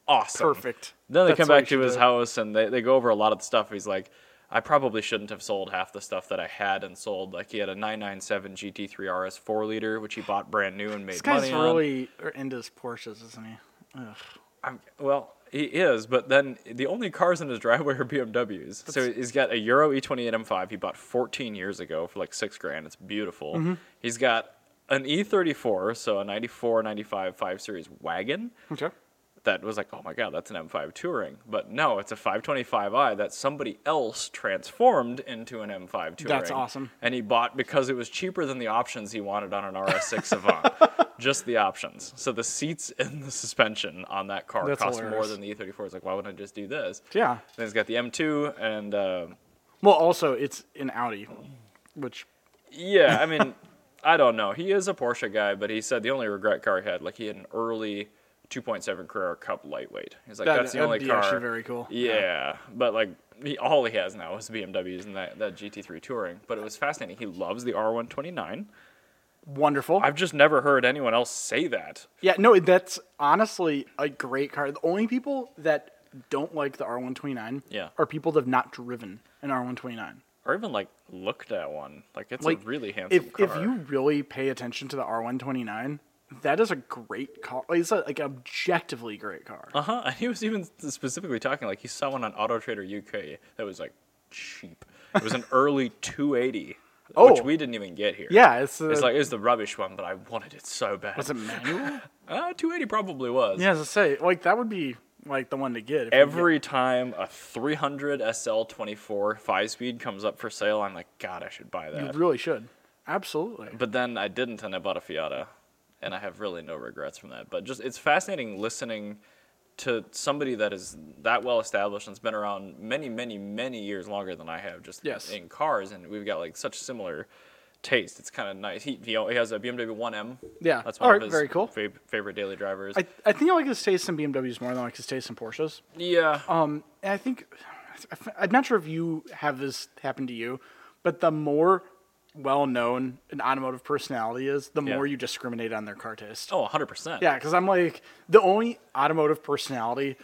Speaker 1: awesome.
Speaker 2: perfect.
Speaker 1: Then they
Speaker 2: That's
Speaker 1: come
Speaker 2: what
Speaker 1: back
Speaker 2: you
Speaker 1: to
Speaker 2: should
Speaker 1: his
Speaker 2: do.
Speaker 1: house and they, they go over a lot of the stuff. He's like, I probably shouldn't have sold half the stuff that I had and sold. Like, he had a 997 GT3 RS 4 liter, which he bought brand new and made
Speaker 2: This guy's
Speaker 1: money on.
Speaker 2: really uh, into his Porsches, isn't he? Ugh.
Speaker 1: I'm, well, he is, but then the only cars in his driveway are BMWs. so he's got a Euro E E28 M5 he bought 14 years ago for like six grand. It's beautiful. He's got an E34, so a 94, 95 5 Series wagon
Speaker 2: Okay.
Speaker 1: that was like, oh my God, that's an M5 Touring. But no, it's a 525i that somebody else transformed into an M5 Touring.
Speaker 2: That's awesome.
Speaker 1: And he bought because it was cheaper than the options he wanted on an
Speaker 2: [laughs]
Speaker 1: RS6 Avant. Just the options. So the seats and the suspension on that car
Speaker 2: That's
Speaker 1: cost more
Speaker 2: hilarious.
Speaker 1: than the E34. It's like, why wouldn't I just do this?
Speaker 2: Yeah.
Speaker 1: Then he's got the M2 and. Uh,
Speaker 2: Well, also it's an Audi, which
Speaker 1: yeah, I
Speaker 2: [laughs]
Speaker 1: mean, I don't know. He is a Porsche guy, but he said the only regret car he had, like he had an early 2.7 Carrera Cup lightweight. He's like,
Speaker 2: That-
Speaker 1: that's the
Speaker 2: that'd
Speaker 1: only
Speaker 2: be
Speaker 1: car.
Speaker 2: actually very cool.
Speaker 1: Yeah, but like he, all he has now is BMWs and that, that GT3 Touring. But it was fascinating. He loves the R129.
Speaker 2: wonderful.
Speaker 1: I've just never heard anyone else say that.
Speaker 2: yeah, no, that's honestly a great car. The only people that don't like the R129
Speaker 1: Yeah.
Speaker 2: are people that have not driven an R129.
Speaker 1: Or even like looked at one. Like it's
Speaker 2: Like
Speaker 1: a really handsome
Speaker 2: If
Speaker 1: car.
Speaker 2: if you really pay attention to the R129, that is a great car. Like, It's a, like objectively great car.
Speaker 1: Uh huh. And he was even specifically talking like he saw one on Auto Trader UK that was like cheap. It was
Speaker 2: [laughs]
Speaker 1: an early 280, which
Speaker 2: Oh.
Speaker 1: we didn't even get here.
Speaker 2: yeah, it's, uh,
Speaker 1: It's like it was the rubbish one, but I wanted it so bad.
Speaker 2: was it manual?
Speaker 1: Uh, 280 probably was.
Speaker 2: yeah, as I say, like that would be like the one to get. if you
Speaker 1: Every time a 300 SL24 five speed comes up for sale, I'm like, God, I should buy
Speaker 2: get-
Speaker 1: that.
Speaker 2: you really should. Absolutely.
Speaker 1: But then I didn't, and I bought a Fiata, and I have really no regrets from that. But just it's fascinating listening to somebody that is that well established and's been around many, many, many years longer than I have, just
Speaker 2: Yes.
Speaker 1: in cars, and we've got like such similar taste. It's kind of nice. He he he has a BMW 1M.
Speaker 2: Yeah.
Speaker 1: that's
Speaker 2: All
Speaker 1: one of
Speaker 2: right,
Speaker 1: his
Speaker 2: very cool.
Speaker 1: fav- favorite daily drivers.
Speaker 2: I, I think I like his taste in BMWs more than I like his taste in Porsches.
Speaker 1: yeah,
Speaker 2: Um, and I think I'm not sure if you have this happen to you, but the more well-known an automotive personality is, the
Speaker 1: Yeah.
Speaker 2: more you discriminate on their car taste.
Speaker 1: oh, 100 percent.
Speaker 2: Yeah, because I'm like the only automotive personality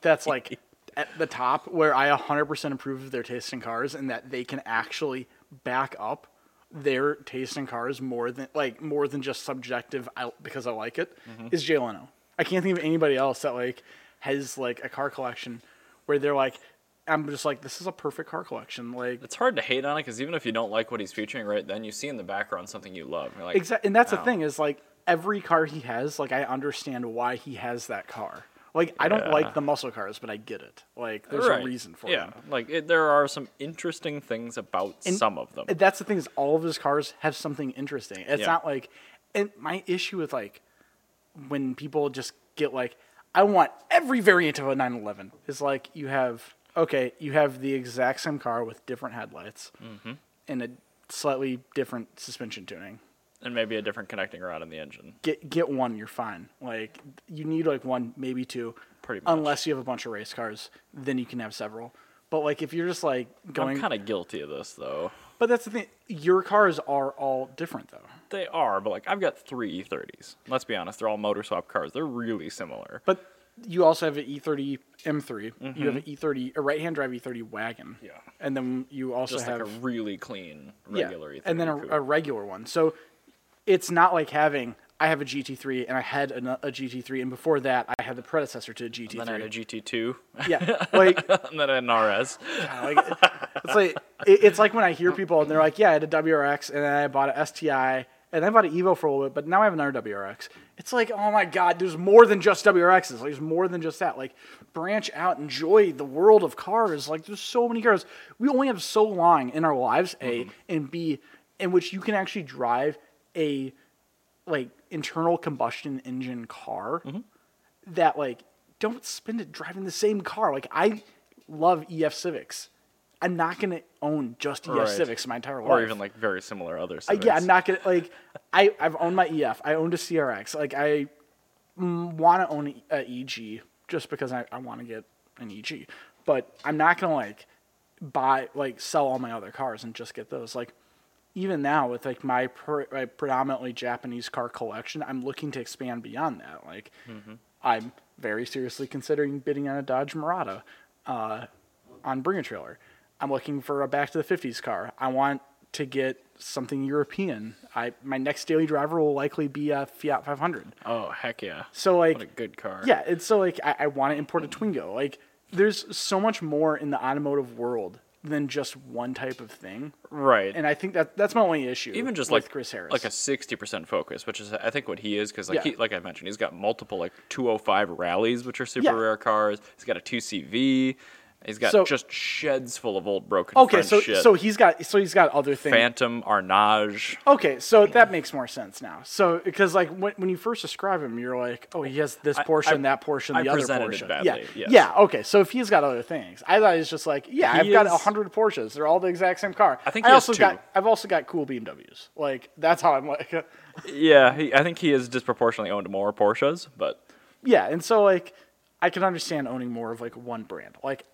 Speaker 2: that's like at the top where I 100% approve of their taste in cars and that they can actually back up their taste in cars more than like more than just subjective I, because I like it is Jay Leno. I can't think of anybody else that like has like a car collection where they're like I'm just like this is a perfect car collection like
Speaker 1: It's hard to hate on it because even if you don't like what he's featuring right then, you see in the background something you love. You're like,
Speaker 2: Exactly, and that's
Speaker 1: "Wow."
Speaker 2: the thing is like every car he has, like I understand why he has that car. Like I don't
Speaker 1: Yeah.
Speaker 2: like the muscle cars, but I get it. Like there's
Speaker 1: Right.
Speaker 2: a reason for
Speaker 1: yeah.
Speaker 2: it.
Speaker 1: Like it, there are some interesting things about some of them.
Speaker 2: And That's the thing is all of his cars have something interesting. It's
Speaker 1: Yeah.
Speaker 2: not like, and my issue with like when people just get like, I want every variant of a 911 is like you have okay, you have the exact same car with different headlights
Speaker 1: Mm-hmm.
Speaker 2: and a slightly different suspension tuning.
Speaker 1: and maybe a different connecting rod in the engine.
Speaker 2: get get one, you're fine. Like you need like one, maybe two,
Speaker 1: Pretty much.
Speaker 2: unless you have a bunch of race cars, then you can have several. But like if you're just like going,
Speaker 1: I'm kind of guilty of this though.
Speaker 2: but that's the thing. Your cars are all different though.
Speaker 1: They are, but like I've got three E30s. Let's be honest, they're all motor swap cars. They're really similar.
Speaker 2: But you also have E an E30 M3. You have an E30, a right-hand drive E30 wagon.
Speaker 1: Mm-hmm. Yeah.
Speaker 2: And then you also
Speaker 1: Just
Speaker 2: have
Speaker 1: like a really clean regular E30.
Speaker 2: and then a,
Speaker 1: coupe.
Speaker 2: a regular one. So it's not like having I have a GT3 and I had an, a GT3 and before that I had the predecessor to a GT3.
Speaker 1: then I had a GT2,
Speaker 2: yeah, like
Speaker 1: [laughs] and then I had an RS.
Speaker 2: Like, it's like it- it's like when I hear people and they're like, "Yeah, I had a WRX and then I bought a STI And I've had Evo for a little bit, but now I have another WRX. It's like, oh my God, there's more than just WRXs. Like, there's more than just that. Like, branch out, enjoy the world of cars. Like, there's so many cars. We only have so long in our lives, A, and B, in which you can actually drive a like internal combustion engine car
Speaker 1: Mm-hmm.
Speaker 2: that like don't spend it driving the same car. Like I love EF Civics. I'm not gonna own just EF
Speaker 4: Right.
Speaker 2: Civics my entire life.
Speaker 1: or even like very similar other
Speaker 2: Uh,
Speaker 1: civics.
Speaker 2: yeah, I'm not gonna like. I I've owned my EF. I owned a CRX. Like I want to own E, a EG just because I, I want to get an EG, but I'm not gonna like buy like sell all my other cars and just get those. Like even now with like my, pre- my predominantly Japanese car collection, I'm looking to expand beyond that. Like I'm very seriously considering bidding on a Dodge Murata uh, on Bring a Trailer. I'm looking for a Back to the 50s car. I want to get something European. I my next daily driver will likely be a Fiat 500.
Speaker 4: Oh heck yeah!
Speaker 2: So like
Speaker 4: What a good car.
Speaker 2: yeah, it's so like I, I want to import a Twingo. Like there's so much more in the automotive world than just one type of thing.
Speaker 1: right.
Speaker 2: And I think that that's my only issue.
Speaker 1: even just
Speaker 2: with
Speaker 1: like
Speaker 2: Chris Harris.
Speaker 1: like a sixty percent focus, which is I think what he is because like
Speaker 2: Yeah.
Speaker 1: he like I mentioned, he's got multiple like two hundred five rallies, which are super
Speaker 2: Yeah.
Speaker 1: rare cars. He's got a two CV. He's got
Speaker 2: So-
Speaker 1: just sheds full of old broken
Speaker 2: okay,
Speaker 1: French
Speaker 2: so
Speaker 1: shit.
Speaker 2: so he's got so he's got other things.
Speaker 1: Phantom Arnage.
Speaker 2: okay, so that makes more sense now. So because like when, when you first describe him, you're like, oh, he has this portion,
Speaker 1: I-
Speaker 2: that portion,
Speaker 1: I
Speaker 2: the other
Speaker 1: presented it
Speaker 2: portion. yeah,
Speaker 1: badly, yes.
Speaker 2: yeah. Okay, so if he's got other things, I thought he's just like, yeah, I've got
Speaker 1: is-
Speaker 2: a hundred Porsches. They're all the exact same car.
Speaker 1: I think
Speaker 2: I
Speaker 1: he has
Speaker 2: also
Speaker 1: two.
Speaker 2: got I've also got cool BMWs. Like that's how I'm like. [laughs]
Speaker 1: Yeah, he, I think he is disproportionately owned more Porsches, but
Speaker 2: Yeah, and so like I can understand owning more of like one brand. Like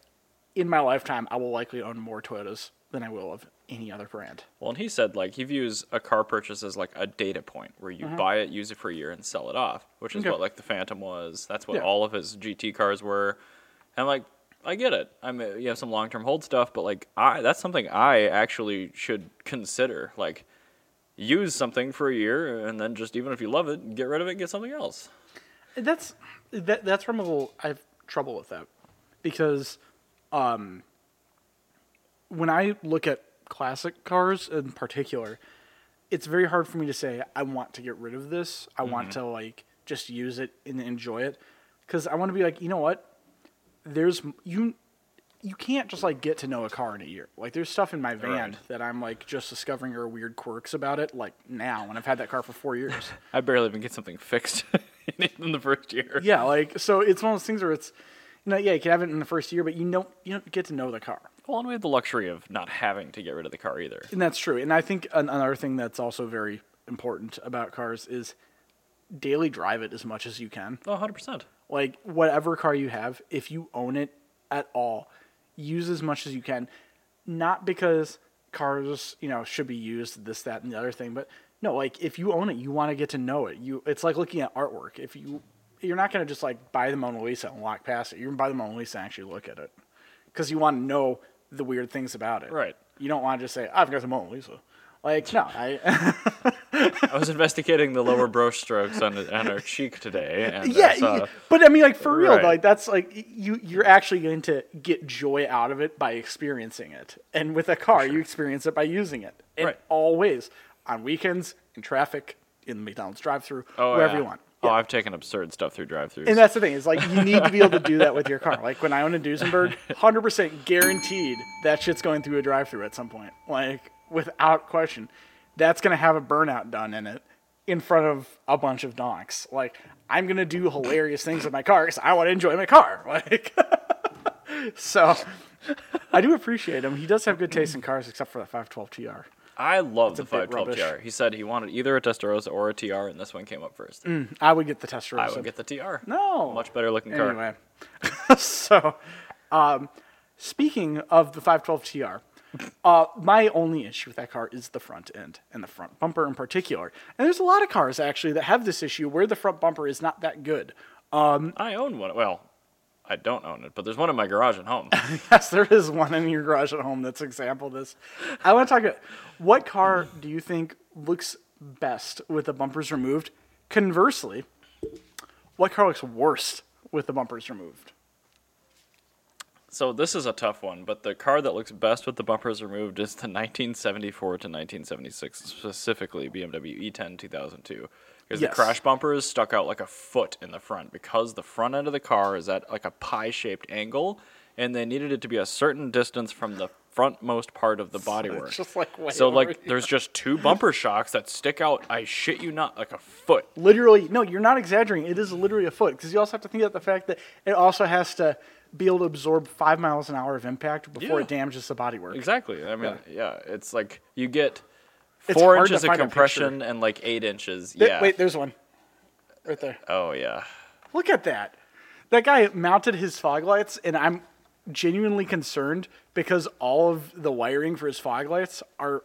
Speaker 2: in my lifetime, I will likely own more Toyotas than I will of any other brand.
Speaker 1: well, and he said like he views a car purchase as like a data point where you buy it, use it for a year, and sell it off, which is
Speaker 2: Mm-hmm. Okay.
Speaker 1: what like the Phantom was. That's what
Speaker 2: Yeah.
Speaker 1: all of his GT cars were. And like I get it. I mean, you have some long term hold stuff, but like I that's something I actually should consider. Like use something for a year and then just even if you love it, get rid of it, and get something else.
Speaker 2: That's that, that's from a little I have trouble with that because um when I look at classic cars in particular, it's very hard for me to say I want to get rid of this. I want to like just use it and enjoy it cuz I want to be like, you know what? There's you you can't just like get to know a car in a year. Like there's stuff in my van that I'm like just discovering are weird quirks about it like now and I've had that car for 4 years.
Speaker 1: I barely even get something fixed [laughs] in the first year.
Speaker 2: Yeah, like so it's one of those things where it's you know, yeah, you can have it in the first year, but you don't you don't get to know the car.
Speaker 1: Well, and we had the luxury of not having to get rid of the car either.
Speaker 2: And that's true. And I think an- another thing that's also very important about cars is daily drive it as much as you can.
Speaker 1: Oh, 100%.
Speaker 2: Like whatever car you have, if you own it at all, use as much as you can. Not because cars, you know, should be used this, that, and the other thing, but no, like if you own it, you want to get to know it. You, it's like looking at artwork. If you, you're not gonna just like buy the Mona Lisa and walk past it. You're gonna buy the Mona Lisa and actually look at it, because you want to know the weird things about it.
Speaker 1: Right.
Speaker 2: You don't want to just say, "I've got the Mona Lisa." Like no, I [laughs]
Speaker 1: I was investigating the lower brush strokes on, on her cheek today. And I
Speaker 2: yeah,
Speaker 1: saw-
Speaker 2: y- but I mean, like for real,
Speaker 1: Right.
Speaker 2: like that's like y- you you're actually going to get joy out of it by experiencing it, and with a car, you experience it by using it in
Speaker 1: Right.
Speaker 2: all ways, on weekends, in traffic, in the McDonald's drive-through,
Speaker 1: Oh,
Speaker 2: wherever
Speaker 1: yeah.
Speaker 2: you want.
Speaker 1: Oh, I've taken absurd stuff through drive thrus
Speaker 2: And that's the thing is like you need to be able to do that with
Speaker 1: [laughs]
Speaker 2: your car. Like when I own a Duesenberg, hundred percent guaranteed that shit's going through a drive-through at some point, like without question. That's gonna have a burnout done in it, in front of a bunch of donks. Like I'm gonna do hilarious things with my car because I want to enjoy my car. [laughs] Like so, I do appreciate him. He does have good taste in cars, except for the 512 TR.
Speaker 1: I love the
Speaker 2: a bit
Speaker 1: 512
Speaker 2: rubbish.
Speaker 1: TR. He said he wanted either a Testarossa or a TR, and this one came up first.
Speaker 2: I would get the Testarossa.
Speaker 1: I would get the TR.
Speaker 2: Mm. no
Speaker 1: Much better looking car.
Speaker 2: Anyway, [laughs] so um, speaking of the 512 TR, uh, my only issue with that car is the front end and the front bumper in particular. And there's a lot of cars actually that have this issue where the front bumper is not that good. [laughs]
Speaker 1: I own one. Well, I don't own it, but there's one in my garage at home.
Speaker 2: Yes, there is one in your garage at home that's example of this. I want to talk about what car do you think looks best with the bumpers removed? Conversely, what car looks worst with the bumpers removed?
Speaker 1: So this is a tough one, but the car that looks best with the bumpers removed is the 1974 to 1976, specifically BMW E10 2002, because the
Speaker 2: Yes.
Speaker 1: crash bumper is stuck out like a foot in the front because the front end of the car is at like a pie-shaped angle, and they needed it to be a certain distance from the frontmost part
Speaker 2: [laughs]
Speaker 1: of the bodywork.
Speaker 2: just, like, way
Speaker 1: so
Speaker 2: over
Speaker 1: like
Speaker 2: the-
Speaker 1: there's just two bumper shocks that stick out. I shit you not, like a foot.
Speaker 2: Literally, no, you're not exaggerating. It is literally a foot because you also have to think about the fact that it also has to be able to absorb five miles an hour of impact before
Speaker 1: Yeah.
Speaker 2: it damages the bodywork.
Speaker 1: Exactly. I mean, yeah, it's like you get
Speaker 2: It's
Speaker 1: four
Speaker 2: hard to
Speaker 1: inches of
Speaker 2: find a
Speaker 1: compression and like eight inches.
Speaker 2: Th-
Speaker 1: yeah.
Speaker 2: Wait, there's one right there.
Speaker 1: oh yeah.
Speaker 2: Look at that. That guy mounted his fog lights, and I'm genuinely concerned because all of the wiring for his fog lights are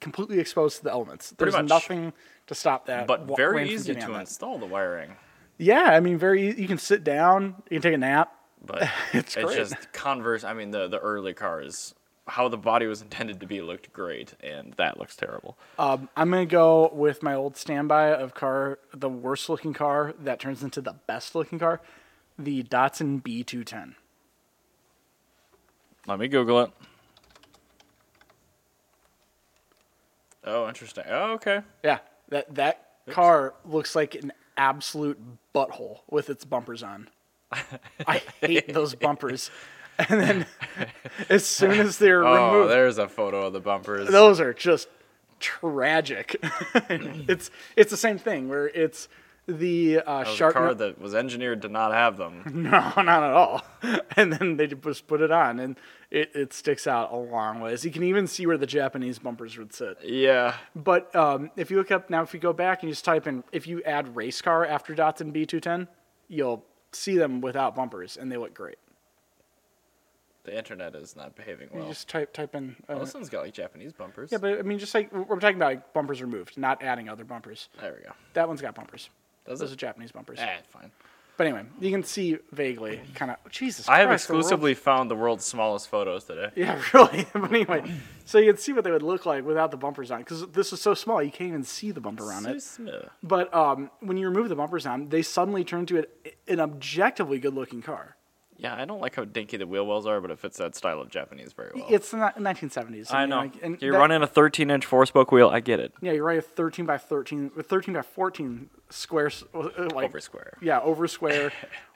Speaker 2: completely exposed to the elements. There's
Speaker 1: much.
Speaker 2: nothing to stop that.
Speaker 1: But
Speaker 2: wa-
Speaker 1: very
Speaker 2: wind from
Speaker 1: easy
Speaker 2: getting
Speaker 1: to
Speaker 2: on that.
Speaker 1: install the wiring.
Speaker 2: Yeah, I mean, very. e, You can sit down. You can take a nap.
Speaker 1: But
Speaker 2: [laughs] It's
Speaker 1: it's,
Speaker 2: great.
Speaker 1: just converse. I mean, the the early cars, how the body was [laughs] intended to be looked great, and that looks terrible.
Speaker 2: Um, I'm gonna go with my old standby of car, the worst looking car that turns into the best looking car, the Datsun B210.
Speaker 1: Let me Google it. Oh, interesting. Oh, okay.
Speaker 2: Yeah, that that car looks like an absolute butthole with its
Speaker 1: [laughs]
Speaker 2: bumpers on. I hate those bumpers. [laughs] And then as soon as they're
Speaker 1: Oh,
Speaker 2: removed,
Speaker 1: there's a photo of the bumpers.
Speaker 2: those are just
Speaker 1: [clears throat]
Speaker 2: tragic. [laughs] it's it's the same thing where it's the uh,
Speaker 1: That was
Speaker 2: sharp
Speaker 1: a Oh, car
Speaker 2: no-
Speaker 1: that was engineered to not have
Speaker 2: [laughs]
Speaker 1: them.
Speaker 2: No, not at all. [laughs] And then they just put it on, and it, it sticks out a long ways. You can even see where the Japanese bumpers would sit.
Speaker 1: yeah.
Speaker 2: But um, if you look up now, if you go back and you just type in, if you add race car after Datsun B210, you'll see them without bumpers, and they look great.
Speaker 1: The internet is not behaving
Speaker 2: You
Speaker 1: well.
Speaker 2: just type type in. Uh,
Speaker 1: Well, this one's got like Japanese bumpers.
Speaker 2: yeah, but I mean, just like we're talking about like, bumpers removed, not adding other bumpers.
Speaker 1: there we go.
Speaker 2: That one's got bumpers.
Speaker 1: Does
Speaker 2: Those
Speaker 1: it?
Speaker 2: are Japanese bumpers.
Speaker 1: Ah, fine.
Speaker 2: But anyway, you can see vaguely, kind of. Jesus.
Speaker 1: I have
Speaker 2: Christ, the world's
Speaker 1: exclusively found the world's smallest photos today.
Speaker 2: Yeah, [laughs] really. but anyway, so you can see what they would look like without the bumpers on, because this is so small you can't even see the bumper on it. But um, when you remove the bumpers on, they suddenly turn to an, an objectively good-looking car.
Speaker 1: Yeah, I don't like how dinky the wheel wells are, but it fits that style of Japanese very well.
Speaker 2: It's the ni- 1970s.
Speaker 1: I
Speaker 2: mean,
Speaker 1: know.
Speaker 2: like, and
Speaker 1: You're
Speaker 2: that-
Speaker 1: running a 13 inch four spoke wheel. I get it.
Speaker 2: Yeah, you're right. A 13 by 13, or 13 by 14 square, s- uh, uh, like
Speaker 1: Over square.
Speaker 2: Yeah,
Speaker 1: [laughs]
Speaker 2: over square,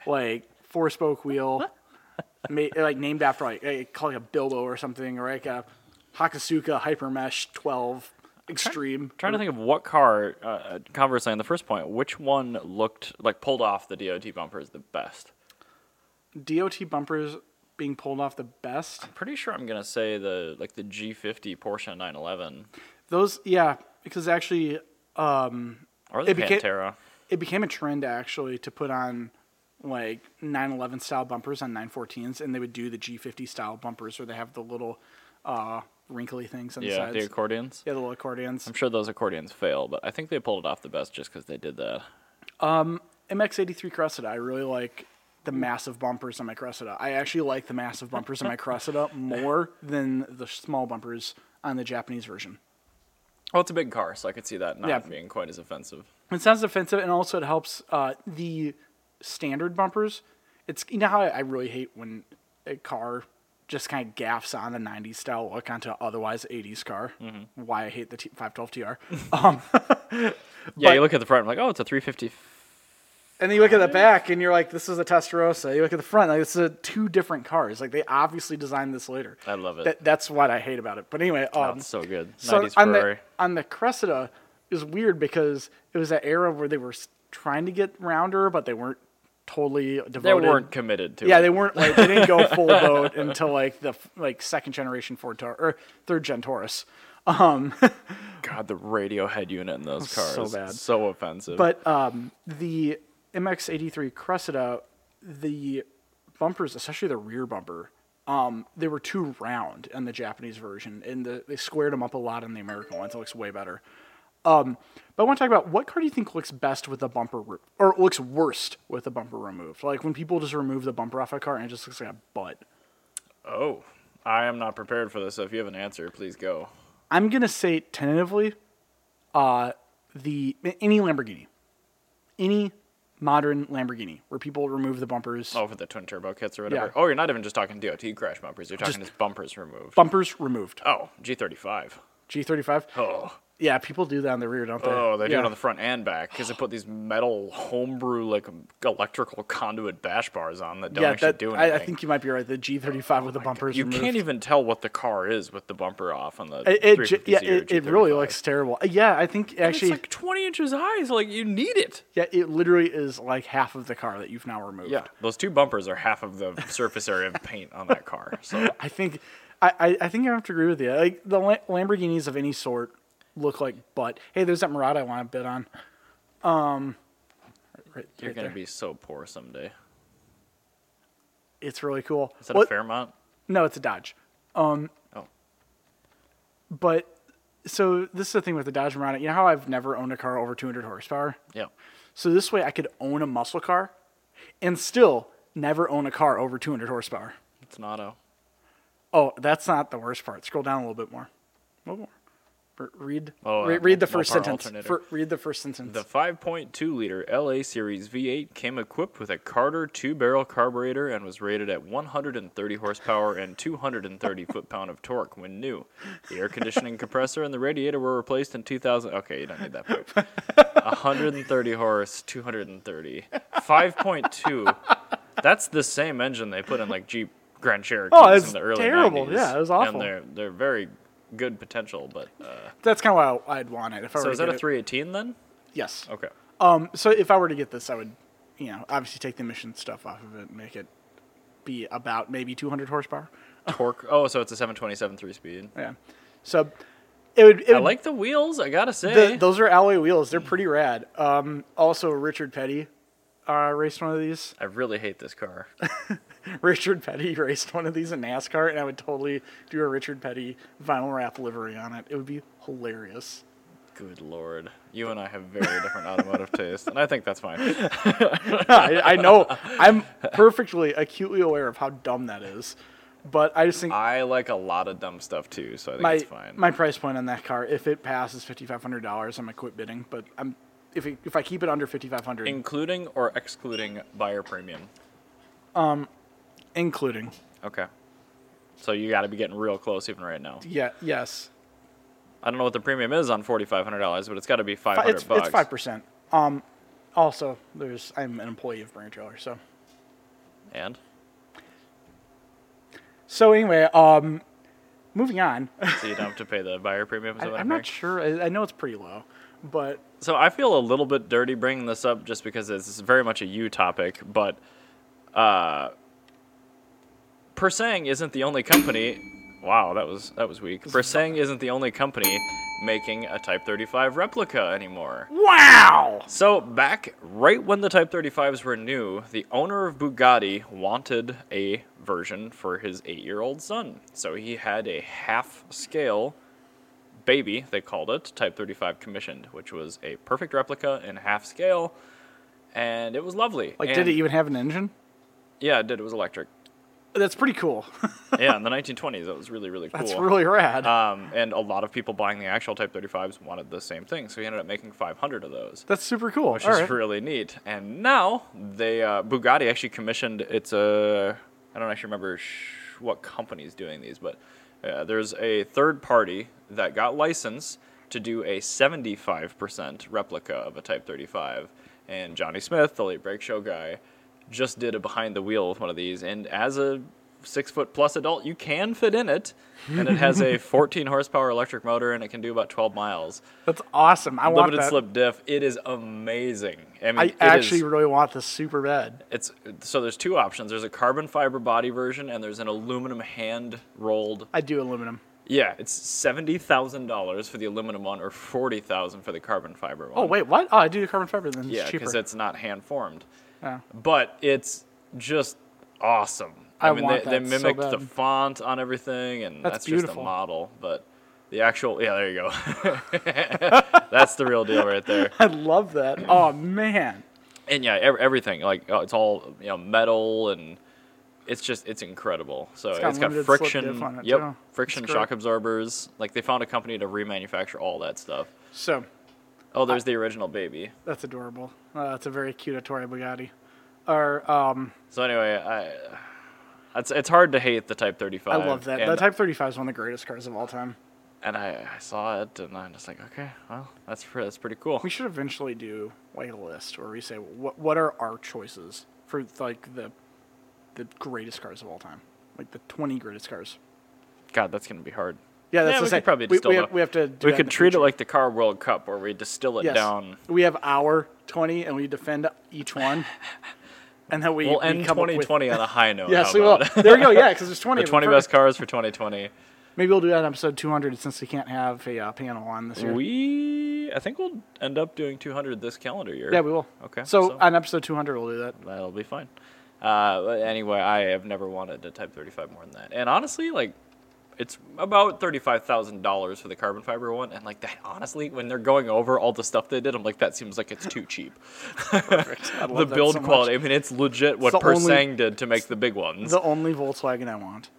Speaker 2: like four-spoke wheel, [laughs] ma- like named after like a, call it a Bilbo or something, or like a Hakasuka Hypermesh 12 Extreme.
Speaker 1: trying to think of what car, uh, conversely, on the first point, which one looked like pulled off the DOT bumpers the best?
Speaker 2: DOT bumpers being pulled off the best.
Speaker 1: Pretty sure I'm gonna say the like the G50 Porsche 911
Speaker 2: Those, yeah, because actually, um,
Speaker 1: or the
Speaker 2: It became-
Speaker 1: Pantera.
Speaker 2: it became a trend actually to put on like 911 style bumpers on 914s, and they would do the G50 style bumpers where they have the little uh, wrinkly things on the
Speaker 1: Yeah,
Speaker 2: sides.
Speaker 1: the accordions.
Speaker 2: yeah, the little accordions.
Speaker 1: I'm sure those accordions fail, but I think they pulled it off the best just because they did that.
Speaker 2: MX83 Cressida, I really like the massive bumpers on my Cressida. I actually like the massive bumpers on
Speaker 1: [laughs]
Speaker 2: my Cressida more than the small bumpers on the Japanese version.
Speaker 1: Well, it's a big car, so I could see that not
Speaker 2: Yeah.
Speaker 1: being quite as offensive.
Speaker 2: It sounds offensive, and also it helps uh, the standard bumpers. It's you know how I really hate when a car just kind of gaffs on a '90s style look onto an otherwise '80s car.
Speaker 1: Mm-hmm.
Speaker 2: Why I hate the T- 512 TR. Um,
Speaker 1: Yeah,
Speaker 2: But-
Speaker 1: you look at the front, I'm like, oh, it's a 350.
Speaker 2: and then you look at the back, and you're like, "This is a Testarossa." You look at the front, like it's a two different cars. Like they obviously designed this later.
Speaker 1: I love it.
Speaker 2: That, that's what I hate about it. But anyway, um,
Speaker 1: That's so good.
Speaker 2: So
Speaker 1: 90s
Speaker 2: on
Speaker 1: Ferrari.
Speaker 2: the on the Cressida is weird because it was that era where they were s- trying to get rounder, but they weren't totally devoted.
Speaker 1: they weren't committed to
Speaker 2: Yeah,
Speaker 1: it.
Speaker 2: they weren't like they didn't go full boat [laughs] until like the f- like second generation Ford Taurus or third gen Taurus. Um,
Speaker 1: God, the Radiohead unit in those cars.
Speaker 2: so bad.
Speaker 1: So offensive.
Speaker 2: But um, the MX83 Cressida, the bumpers, especially the rear bumper, um, they were too round in the Japanese version, and the, they squared them up a lot in the American ones. It looks way better. Um, but I want to talk about what car do you think looks best with the bumper, re- or looks worst with the bumper removed? Like when people just remove the bumper off a car and it just looks like a butt.
Speaker 1: oh, I am not prepared for this. So if you have an answer, please go.
Speaker 2: I'm gonna say tentatively, uh, the any Lamborghini, any modern Lamborghini, where people remove the bumpers,
Speaker 1: Oh, for the twin turbo kits or whatever.
Speaker 2: Yeah.
Speaker 1: Oh, you're not even just talking DOT crash bumpers. You're talking just, bumpers removed.
Speaker 2: bumpers removed.
Speaker 1: oh, G35.
Speaker 2: G35.
Speaker 1: Oh,
Speaker 2: Yeah, people do that on the rear, don't they?
Speaker 1: oh, they do
Speaker 2: Yeah.
Speaker 1: it on the front and back because they put these metal homebrew like electrical conduit bash bars on that don't
Speaker 2: yeah,
Speaker 1: actually
Speaker 2: that,
Speaker 1: do anything. Oh
Speaker 2: I, I think you might be right. The G35 with the bumpers
Speaker 1: you
Speaker 2: removed.
Speaker 1: can't even tell what the car is with the bumper off on the.
Speaker 2: It, it, ju-
Speaker 1: 350Z
Speaker 2: yeah,
Speaker 1: or
Speaker 2: it, it really
Speaker 1: G35.
Speaker 2: looks terrible. Uh, Yeah, I think
Speaker 1: And
Speaker 2: actually,
Speaker 1: It's like 20 inches high. It's like you need it.
Speaker 2: yeah, it literally is like half of the car that you've now removed.
Speaker 1: Yeah, those two bumpers are half of the surface area of paint on that car. So
Speaker 2: I think I, I, I think I have to agree with you. Like the La- Lamborghinis of any sort look like butt. Hey, there's that Murata I want to bid on. Um, right, right
Speaker 1: you're gonna
Speaker 2: there.
Speaker 1: be so poor someday.
Speaker 2: It's really cool.
Speaker 1: Is that
Speaker 2: What-
Speaker 1: a Fairmont?
Speaker 2: No, it's a Dodge. Um,
Speaker 1: Oh,
Speaker 2: But so this is the thing with the Dodge Murata. You know how I've never owned a car over 200 horsepower.
Speaker 1: yeah.
Speaker 2: So this way, I could own a muscle car, and still never own a car over 200 horsepower.
Speaker 1: It's an auto.
Speaker 2: Oh, that's not the worst part. Scroll down a little bit more. A little more. R- read.
Speaker 1: Oh,
Speaker 2: re-
Speaker 1: uh,
Speaker 2: read the
Speaker 1: mul-
Speaker 2: first
Speaker 1: multi-
Speaker 2: sentence.
Speaker 1: alternator.
Speaker 2: Fir- read the first sentence.
Speaker 1: The 5.2 liter LA Series V8 came equipped with a Carter two barrel carburetor and was rated at 130 horsepower and 230 foot pound of torque when new. The air conditioning compressor and the radiator were replaced in 2000. Okay, you don't need that
Speaker 2: [laughs]
Speaker 1: part. 130 horse, 230. 5.2. That's the same engine they put in like Jeep Grand Cherokees
Speaker 2: Oh, it's
Speaker 1: in the early
Speaker 2: terrible.
Speaker 1: 90s.
Speaker 2: Yeah, it was awful.
Speaker 1: And they're, they're very good potential, but. Uh,
Speaker 2: That's kind of why I- I'd want it. If I
Speaker 1: so
Speaker 2: were
Speaker 1: is
Speaker 2: to
Speaker 1: that
Speaker 2: get
Speaker 1: a 318 then?
Speaker 2: It. Yes.
Speaker 1: Okay.
Speaker 2: Um. So if I were to get this, I would, you know, obviously take the emission stuff off of it, and make it be about maybe 200 horsepower.
Speaker 1: Torque. [laughs] Oh, so it's a 727 three speed.
Speaker 2: Yeah. So it would. It
Speaker 1: I
Speaker 2: would
Speaker 1: like the wheels. I gotta say,
Speaker 2: the, those are alloy wheels. They're pretty rad. Um. Also, Richard Petty. Uh, raced one of these. [laughs]
Speaker 1: I really hate this car.
Speaker 2: Richard Petty raced one of these in NASCAR, and I would totally do a Richard Petty vinyl wrap livery on it. It would be hilarious. [laughs]
Speaker 1: Good lord, you and I have very different automotive tastes, and I think that's fine.
Speaker 2: I, I know. I'm perfectly, acutely aware of how dumb that is, but I just think
Speaker 1: I like a lot of dumb stuff too, so I think
Speaker 2: my
Speaker 1: Ah, it's fine.
Speaker 2: my price point on that car, if it passes fifty five hundred dollars, I'm gonna quit bidding. But I'm if it, if I keep it under fifty five hundred,
Speaker 1: Including or excluding buyer premium.
Speaker 2: including
Speaker 1: Okay. So you got to be getting real close even right now.
Speaker 2: yeah, yes,
Speaker 1: I don't know what the premium is on forty five hundred dollars, but it's got to be five
Speaker 2: Fi-
Speaker 1: hundred
Speaker 2: it's
Speaker 1: bucks.
Speaker 2: it's five percent. Um, also there's I'm an employee of Brain Trailer, so
Speaker 1: And
Speaker 2: so anyway, um, moving on.
Speaker 1: so you don't have to pay the buyer premium. is that
Speaker 2: I,
Speaker 1: what
Speaker 2: I'm not
Speaker 1: hearing?
Speaker 2: sure. I, I know it's pretty low, but
Speaker 1: So I feel a little bit dirty bringing this up just because this is very much a you topic, but uh, Persang isn't the only company. Wow, that was that was weak. Persang isn't the only company making a Type 35 replica anymore.
Speaker 2: wow.
Speaker 1: So back right when the Type 35s were new, the owner of Bugatti wanted a version for his 8-year-old son. So he had a half scale baby, they called it, Type 35 commissioned, which was a perfect replica in half scale and it was lovely.
Speaker 2: Like,
Speaker 1: And-
Speaker 2: did it even have an engine?
Speaker 1: Yeah, it did. It was electric.
Speaker 2: That's pretty cool. [laughs]
Speaker 1: yeah, in the 1920s, that was really really cool.
Speaker 2: That's really rad.
Speaker 1: um, and a lot of people buying the actual Type 35s wanted the same thing, so he ended up making 500 of those.
Speaker 2: That's super cool.
Speaker 1: which
Speaker 2: All
Speaker 1: is
Speaker 2: right.
Speaker 1: really neat. And now they uh, Bugatti actually commissioned it's a I don't actually remember sh- what company's doing these, but uh, there's a third party that got licensed to do a 75% replica of a Type 35. And Johnny Smith, the late break show guy, just did a behind the wheel with one of these. And as a six foot plus adult, you can fit in it. And it has
Speaker 2: [laughs]
Speaker 1: a 14 horsepower electric motor and it can do about 12 miles
Speaker 2: That's awesome. I want
Speaker 1: limited
Speaker 2: that.
Speaker 1: slip diff. It is amazing. I mean,
Speaker 2: I
Speaker 1: it
Speaker 2: actually
Speaker 1: is-
Speaker 2: really want this super bad.
Speaker 1: it's so there's two options. There's a carbon fiber body version, and there's an aluminum hand rolled.
Speaker 2: I do aluminum.
Speaker 1: Yeah, it's seventy thousand dollars for the aluminum one, or forty thousand for the carbon fiber one.
Speaker 2: Oh wait, what? Oh, I do the carbon fiber. Then
Speaker 1: yeah,
Speaker 2: it's cheaper.
Speaker 1: because it's not hand formed.
Speaker 2: Yeah. [laughs]
Speaker 1: But it's just awesome. I,
Speaker 2: I
Speaker 1: mean,
Speaker 2: want
Speaker 1: they, they
Speaker 2: that so
Speaker 1: mimicked the
Speaker 2: bad.
Speaker 1: font on everything, and
Speaker 2: That's
Speaker 1: that's, just a
Speaker 2: beautiful.
Speaker 1: model. But the actual, yeah, there you go. [laughs] that's the real deal right there.
Speaker 2: I love that. Oh man,
Speaker 1: and yeah, ev- everything like uh, it's all you know metal and it's just it's incredible. So
Speaker 2: got
Speaker 1: it's got
Speaker 2: limited slip
Speaker 1: friction,
Speaker 2: diff on it,
Speaker 1: yep,
Speaker 2: too.
Speaker 1: friction
Speaker 2: That's
Speaker 1: shock
Speaker 2: great.
Speaker 1: absorbers. Like they found a company to remanufacture all that stuff.
Speaker 2: so
Speaker 1: Oh, there's the original baby.
Speaker 2: That's adorable. Uh, that's a very cute Ettore Bugatti. Or um,
Speaker 1: So anyway, I it's it's hard to hate the Type 35.
Speaker 2: I love that.
Speaker 1: And,
Speaker 2: the Type 35 is one of the greatest cars of all time.
Speaker 1: and I, I saw it, and I'm just like, okay, well, that's pre- that's pretty cool.
Speaker 2: We should eventually do like a list where we say what what are our choices for like the the greatest cars of all time, like the 20 greatest cars.
Speaker 1: God, that's gonna be hard.
Speaker 2: Yeah,
Speaker 1: Yeah, we
Speaker 2: that's the
Speaker 1: could
Speaker 2: same.
Speaker 1: probably
Speaker 2: we,
Speaker 1: distill
Speaker 2: we
Speaker 1: the-
Speaker 2: have, we have to. Do
Speaker 1: we
Speaker 2: that in
Speaker 1: could
Speaker 2: the
Speaker 1: treat
Speaker 2: future.
Speaker 1: it like the Car World Cup, where we distill it
Speaker 2: Yes.
Speaker 1: down.
Speaker 2: We have our 20, and we defend
Speaker 1: [laughs]
Speaker 2: each one, and then we
Speaker 1: We'll
Speaker 2: we
Speaker 1: end
Speaker 2: come up with-
Speaker 1: 2020 on a high note.
Speaker 2: [laughs] Yes,
Speaker 1: how
Speaker 2: we will.
Speaker 1: about it?
Speaker 2: There we go. Yeah, because there's 20.
Speaker 1: the
Speaker 2: of them.
Speaker 1: 20
Speaker 2: Perfect.
Speaker 1: best cars for 2020.
Speaker 2: Maybe we'll do that in episode 200 since we can't have a uh, panel on this year.
Speaker 1: We, I think we'll end up doing 200 this calendar year.
Speaker 2: yeah, we will.
Speaker 1: Okay,
Speaker 2: So,
Speaker 1: so-
Speaker 2: on episode 200, we'll do that.
Speaker 1: That'll be fine. Uh, but anyway, I have never wanted a Type 35 more than that. And honestly, like, it's about $35,000 for the carbon fiber one. And, like, that, honestly, when they're going over all the stuff they did, I'm like, that seems like it's too
Speaker 2: [laughs]
Speaker 1: cheap.
Speaker 2: I love
Speaker 1: the
Speaker 2: that
Speaker 1: build
Speaker 2: so much.
Speaker 1: quality, I mean, it's legit what
Speaker 2: the only-
Speaker 1: Persang did to make the big ones.
Speaker 2: The only Volkswagen I want.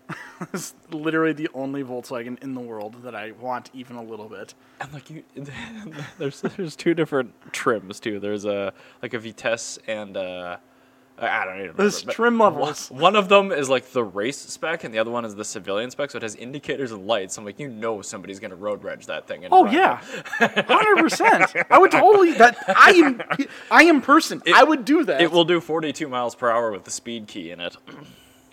Speaker 2: [laughs] it's literally the only Volkswagen in the world that I want even a little bit.
Speaker 1: And like you, [laughs] there's there's two different trims too. There's a like a Vitesse and uh, I don't even remember.
Speaker 2: There's
Speaker 1: but
Speaker 2: trim levels.
Speaker 1: One, one of them is like the race spec, and the other one is the civilian spec. So it has indicators and lights. I'm like, you know, somebody's gonna road rage that thing. And
Speaker 2: Oh
Speaker 1: run it.
Speaker 2: yeah, hundred percent. I would totally that. I am, I am person. I would do that.
Speaker 1: it will do 42 miles per hour with the speed key in it. [clears throat]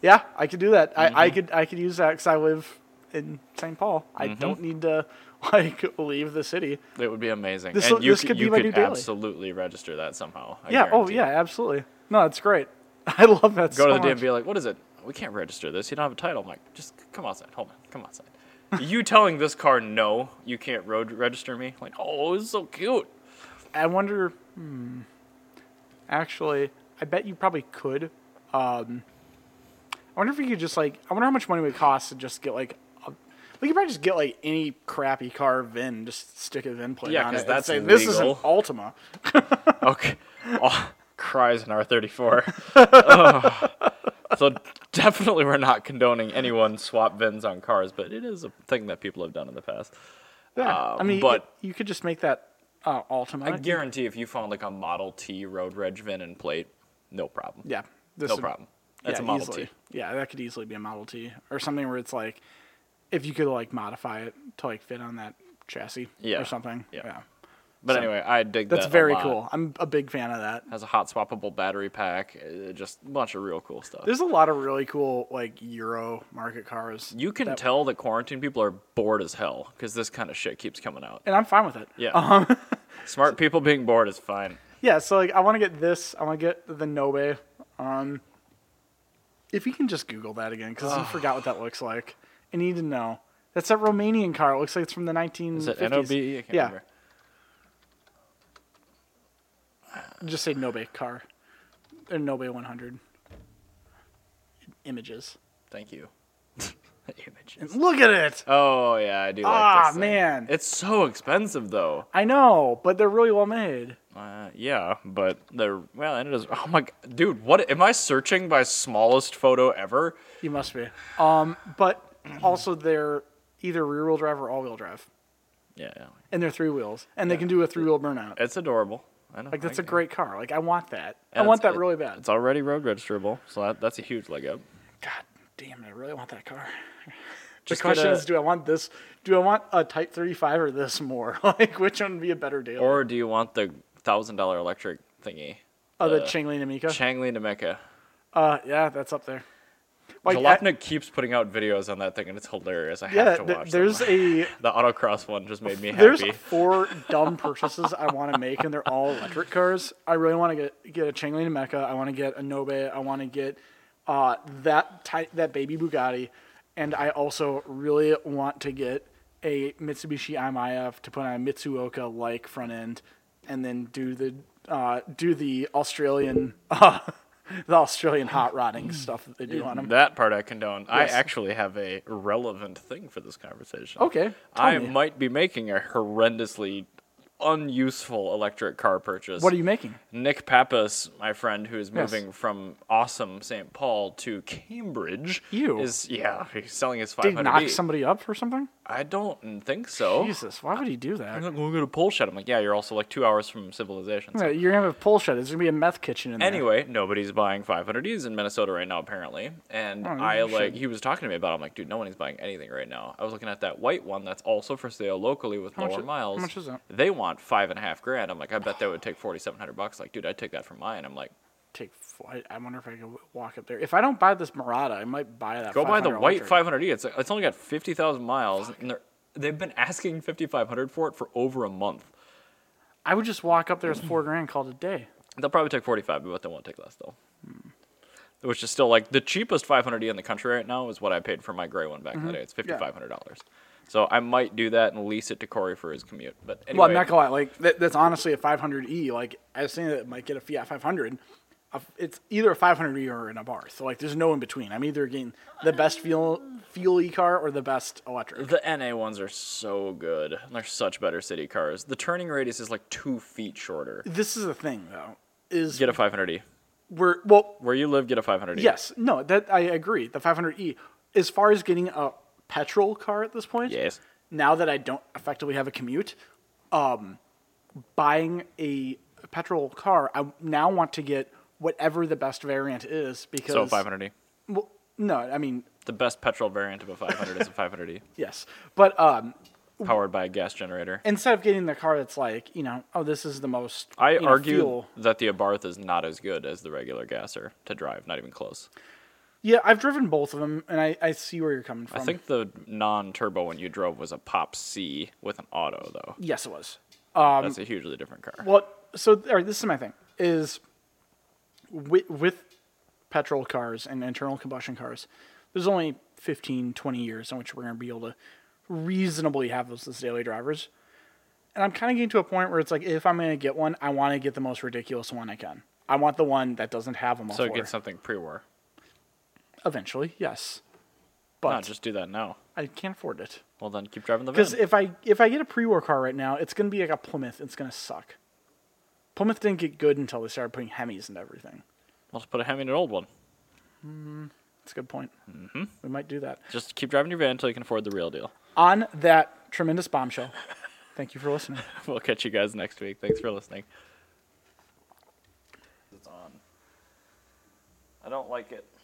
Speaker 2: Yeah, I could do that. I, I
Speaker 1: Mm-hmm.
Speaker 2: could, I could use that because I live in St. Paul. I
Speaker 1: Mm-hmm.
Speaker 2: don't need to [laughs] like leave the city.
Speaker 1: It would be amazing.
Speaker 2: This
Speaker 1: and
Speaker 2: will-
Speaker 1: you
Speaker 2: this
Speaker 1: c-
Speaker 2: could be
Speaker 1: you
Speaker 2: my
Speaker 1: could
Speaker 2: new daily.
Speaker 1: absolutely register that somehow. I
Speaker 2: yeah. Oh
Speaker 1: guarantee
Speaker 2: yeah,
Speaker 1: it.
Speaker 2: absolutely. No, it's great. [laughs] I love
Speaker 1: Go
Speaker 2: that. so
Speaker 1: to the
Speaker 2: much.
Speaker 1: DMV, like, what is it? We can't register this. You don't have a title. I'm like, just c- come outside. Hold on, come
Speaker 2: [laughs]
Speaker 1: outside. you telling this car no, you can't road register me? Like, oh, it's so cute.
Speaker 2: I wonder. Hmm, actually, I bet you probably could. Um, I wonder if you could just like. I wonder how much money it would cost to just get like. A, we could probably just get like any crappy car VIN, just stick a VIN plate
Speaker 1: Yeah,
Speaker 2: on
Speaker 1: 'cause
Speaker 2: it.
Speaker 1: that's
Speaker 2: and say, this is an
Speaker 1: legal."
Speaker 2: Altima.
Speaker 1: [laughs] Okay. Oh, cries in
Speaker 2: [laughs]
Speaker 1: R34. Ugh. So definitely, we're not condoning anyone swap VINs on cars, but it is a thing that people have done in the past.
Speaker 2: Yeah,
Speaker 1: Uh,
Speaker 2: I mean,
Speaker 1: but-
Speaker 2: you, you could just make that uh, Altima.
Speaker 1: I guarantee if you found like a Model T road reg VIN and plate, no problem.
Speaker 2: yeah, this
Speaker 1: no
Speaker 2: would-
Speaker 1: problem. That's
Speaker 2: yeah,
Speaker 1: a Model
Speaker 2: easily.
Speaker 1: T.
Speaker 2: Yeah, that could easily be a Model T or something where it's like, if you could like modify it to like fit on that chassis
Speaker 1: Yeah.
Speaker 2: or something.
Speaker 1: Yeah.
Speaker 2: yeah.
Speaker 1: But
Speaker 2: So,
Speaker 1: anyway, I dig
Speaker 2: That's
Speaker 1: that a
Speaker 2: very
Speaker 1: lot.
Speaker 2: cool. I'm a big fan of that.
Speaker 1: has a hot swappable battery pack, uh, just a bunch of real cool stuff.
Speaker 2: There's a lot of really cool like Euro market cars,
Speaker 1: you can tell that quarantine people are bored as hell because this kind of shit keeps coming out.
Speaker 2: and I'm fine with it.
Speaker 1: Yeah,
Speaker 2: Uh-huh.
Speaker 1: smart people being bored is fine.
Speaker 2: Yeah, so like I want to get this. I want to get the Nobe. Um, if you can just Google that again, because I forgot what that looks like. I need to know. That's that Romanian car. It looks like it's from the 1950s.
Speaker 1: Is it NOB? I can't
Speaker 2: yeah,
Speaker 1: remember.
Speaker 2: just say Nobe car, or Nobe 100. Images.
Speaker 1: Thank you. [laughs] Images.
Speaker 2: And look at it.
Speaker 1: Oh yeah, I do. like
Speaker 2: Ah,
Speaker 1: this thing.
Speaker 2: man.
Speaker 1: it's so expensive though.
Speaker 2: I know, but they're really well made.
Speaker 1: Uh, yeah, but they're well, and it is. Oh my, g- dude, what am I searching by smallest photo ever?
Speaker 2: You must be. Um, but also they're either rear-wheel drive or all-wheel drive,
Speaker 1: Yeah, yeah.
Speaker 2: and they're three wheels, and they can do a three-wheel burnout.
Speaker 1: it's adorable. I know.
Speaker 2: Like that's
Speaker 1: a
Speaker 2: a great car. Like I want that.
Speaker 1: And
Speaker 2: I want
Speaker 1: it's-
Speaker 2: that
Speaker 1: it-
Speaker 2: really bad.
Speaker 1: It's already road registerable, so that, that's a huge leg up.
Speaker 2: God damn it! I really want that car.
Speaker 1: Just
Speaker 2: the question
Speaker 1: get a-
Speaker 2: is, do I want this? Do I want a Type 35 or this more? [laughs] Like which one would be a better deal?
Speaker 1: Or do you want the thousand dollar electric thingy?
Speaker 2: oh, the
Speaker 1: uh,
Speaker 2: Chingling Amica.
Speaker 1: Changli Nameka.
Speaker 2: uh, yeah, that's up there. Like, I-
Speaker 1: Jalopnik keeps putting out videos on that thing, and it's hilarious. I
Speaker 2: yeah,
Speaker 1: have to
Speaker 2: th-
Speaker 1: watch.
Speaker 2: there's
Speaker 1: them.
Speaker 2: a
Speaker 1: the autocross one just made me
Speaker 2: there's
Speaker 1: happy.
Speaker 2: four dumb purchases I want to make, and they're all electric cars. I really want to get get a Changling Mecca. I want to get a Nobe. I want to get uh, that ty- that baby Bugatti, and I also really want to get a Mitsubishi IMIF to put on a Mitsuoka like front end, and then do the uh, do the Australian [laughs] uh, the Australian hot rodding stuff that they do on them.
Speaker 1: That part I condone.
Speaker 2: Yes.
Speaker 1: I actually have a relevant thing for this conversation.
Speaker 2: Okay, tell
Speaker 1: I
Speaker 2: me.
Speaker 1: might be making a horrendously unuseful electric car purchase.
Speaker 2: What are you making?
Speaker 1: Nick Pappas, my friend who is
Speaker 2: Yes.
Speaker 1: moving from awesome St. Paul to Cambridge,
Speaker 2: Ew.
Speaker 1: is yeah, he's selling his
Speaker 2: Did he
Speaker 1: 500.
Speaker 2: knock somebody up or something?
Speaker 1: I don't think so.
Speaker 2: Jesus, why would he do that?
Speaker 1: I'm like, we'll go to Pole Shed. I'm like, yeah, you're also like two hours from civilization. so-
Speaker 2: Yeah, you're gonna have a pole shed. There's gonna be a meth kitchen in there.
Speaker 1: Anyway, nobody's buying 500Ds in Minnesota right now, apparently. And
Speaker 2: Oh, you
Speaker 1: I
Speaker 2: should.
Speaker 1: like, he was talking to me about. It. I'm like, dude, no one's buying anything right now. I was looking at that white one that's also for sale locally with
Speaker 2: How
Speaker 1: lower
Speaker 2: much i-
Speaker 1: miles.
Speaker 2: how much is that?
Speaker 1: They want five and a half grand. I'm like, I bet that would take 4,700 bucks. Like, dude, I'd take that for mine. I'm like,
Speaker 2: take. f- I- I wonder if I could w- walk up there. If I don't buy this Murata, I might buy that.
Speaker 1: go buy the
Speaker 2: 500
Speaker 1: white
Speaker 2: electric.
Speaker 1: 500E. It's it's only got 50,000 miles, and they're they've been asking 5,500 for it for over a month.
Speaker 2: I would just walk up there with four grand, call it a day.
Speaker 1: They'll probably take 45, but they won't take less though. Which is still like the cheapest 500e in the country right now is what I paid for my gray one back
Speaker 2: Mm-hmm.
Speaker 1: in the day. It's $5,500. So I might do that and lease it to Corey for his commute. But anyway,
Speaker 2: Well, I'm not gonna lie. Like that, that's honestly a 500e. Like I was saying, that it might get a Fiat 500. A f- It's either a 500e or an Abarth. So like, there's no in between. I'm either getting the best fuel fuel e car or the best electric.
Speaker 1: the NA ones are so good. They're such better city cars. The turning radius is like two feet shorter.
Speaker 2: This is the thing though. Is
Speaker 1: Get a 500e.
Speaker 2: we're well,
Speaker 1: Where you live, get a 500e.
Speaker 2: yes, no, that I agree. The 500e, as far as getting a petrol car at this point,
Speaker 1: Yes.
Speaker 2: now that I don't effectively have a commute, um, buying a petrol car, I now want to get whatever the best variant is because
Speaker 1: So 500e.
Speaker 2: Well, no, I mean
Speaker 1: The best petrol variant of a 500 is a
Speaker 2: [laughs]
Speaker 1: 500e,
Speaker 2: yes, but um,
Speaker 1: powered by a gas generator.
Speaker 2: instead of getting the car that's like you know, oh, this is the most
Speaker 1: I
Speaker 2: you know,
Speaker 1: argue
Speaker 2: fuel.
Speaker 1: that the Abarth is not as good as the regular gasser to drive, not even close.
Speaker 2: Yeah, I've driven both of them, and I, I see where you're coming from.
Speaker 1: I think the non-turbo one you drove was a Pop C with an auto, though.
Speaker 2: yes, it was. Um,
Speaker 1: That's a hugely different car.
Speaker 2: Well, so all right, this is my thing is with, with petrol cars and internal combustion cars, there's only 15, 20 years in which we're going to be able to reasonably have those as daily drivers. And I'm kind of getting to a point where it's like, if I'm going to get one, I want to get the most ridiculous one I can. I want the one that doesn't have them all
Speaker 1: so
Speaker 2: four.
Speaker 1: get something pre-war.
Speaker 2: Eventually, yes,
Speaker 1: But
Speaker 2: but
Speaker 1: just do that now.
Speaker 2: I can't afford it
Speaker 1: Well, then keep driving the van.
Speaker 2: because if I if I get a pre-war car right now, it's going to be like a Plymouth. It's going to suck. Plymouth didn't get good until they started putting Hemis into everything.
Speaker 1: I'll just put a Hemi in an old one.
Speaker 2: That's a good point. We might do that.
Speaker 1: Just keep driving your van until you can afford the real deal. [laughs]
Speaker 2: On that tremendous bombshell, thank you for listening.
Speaker 1: We'll catch you guys next week. Thanks for listening. It's on. I don't like it.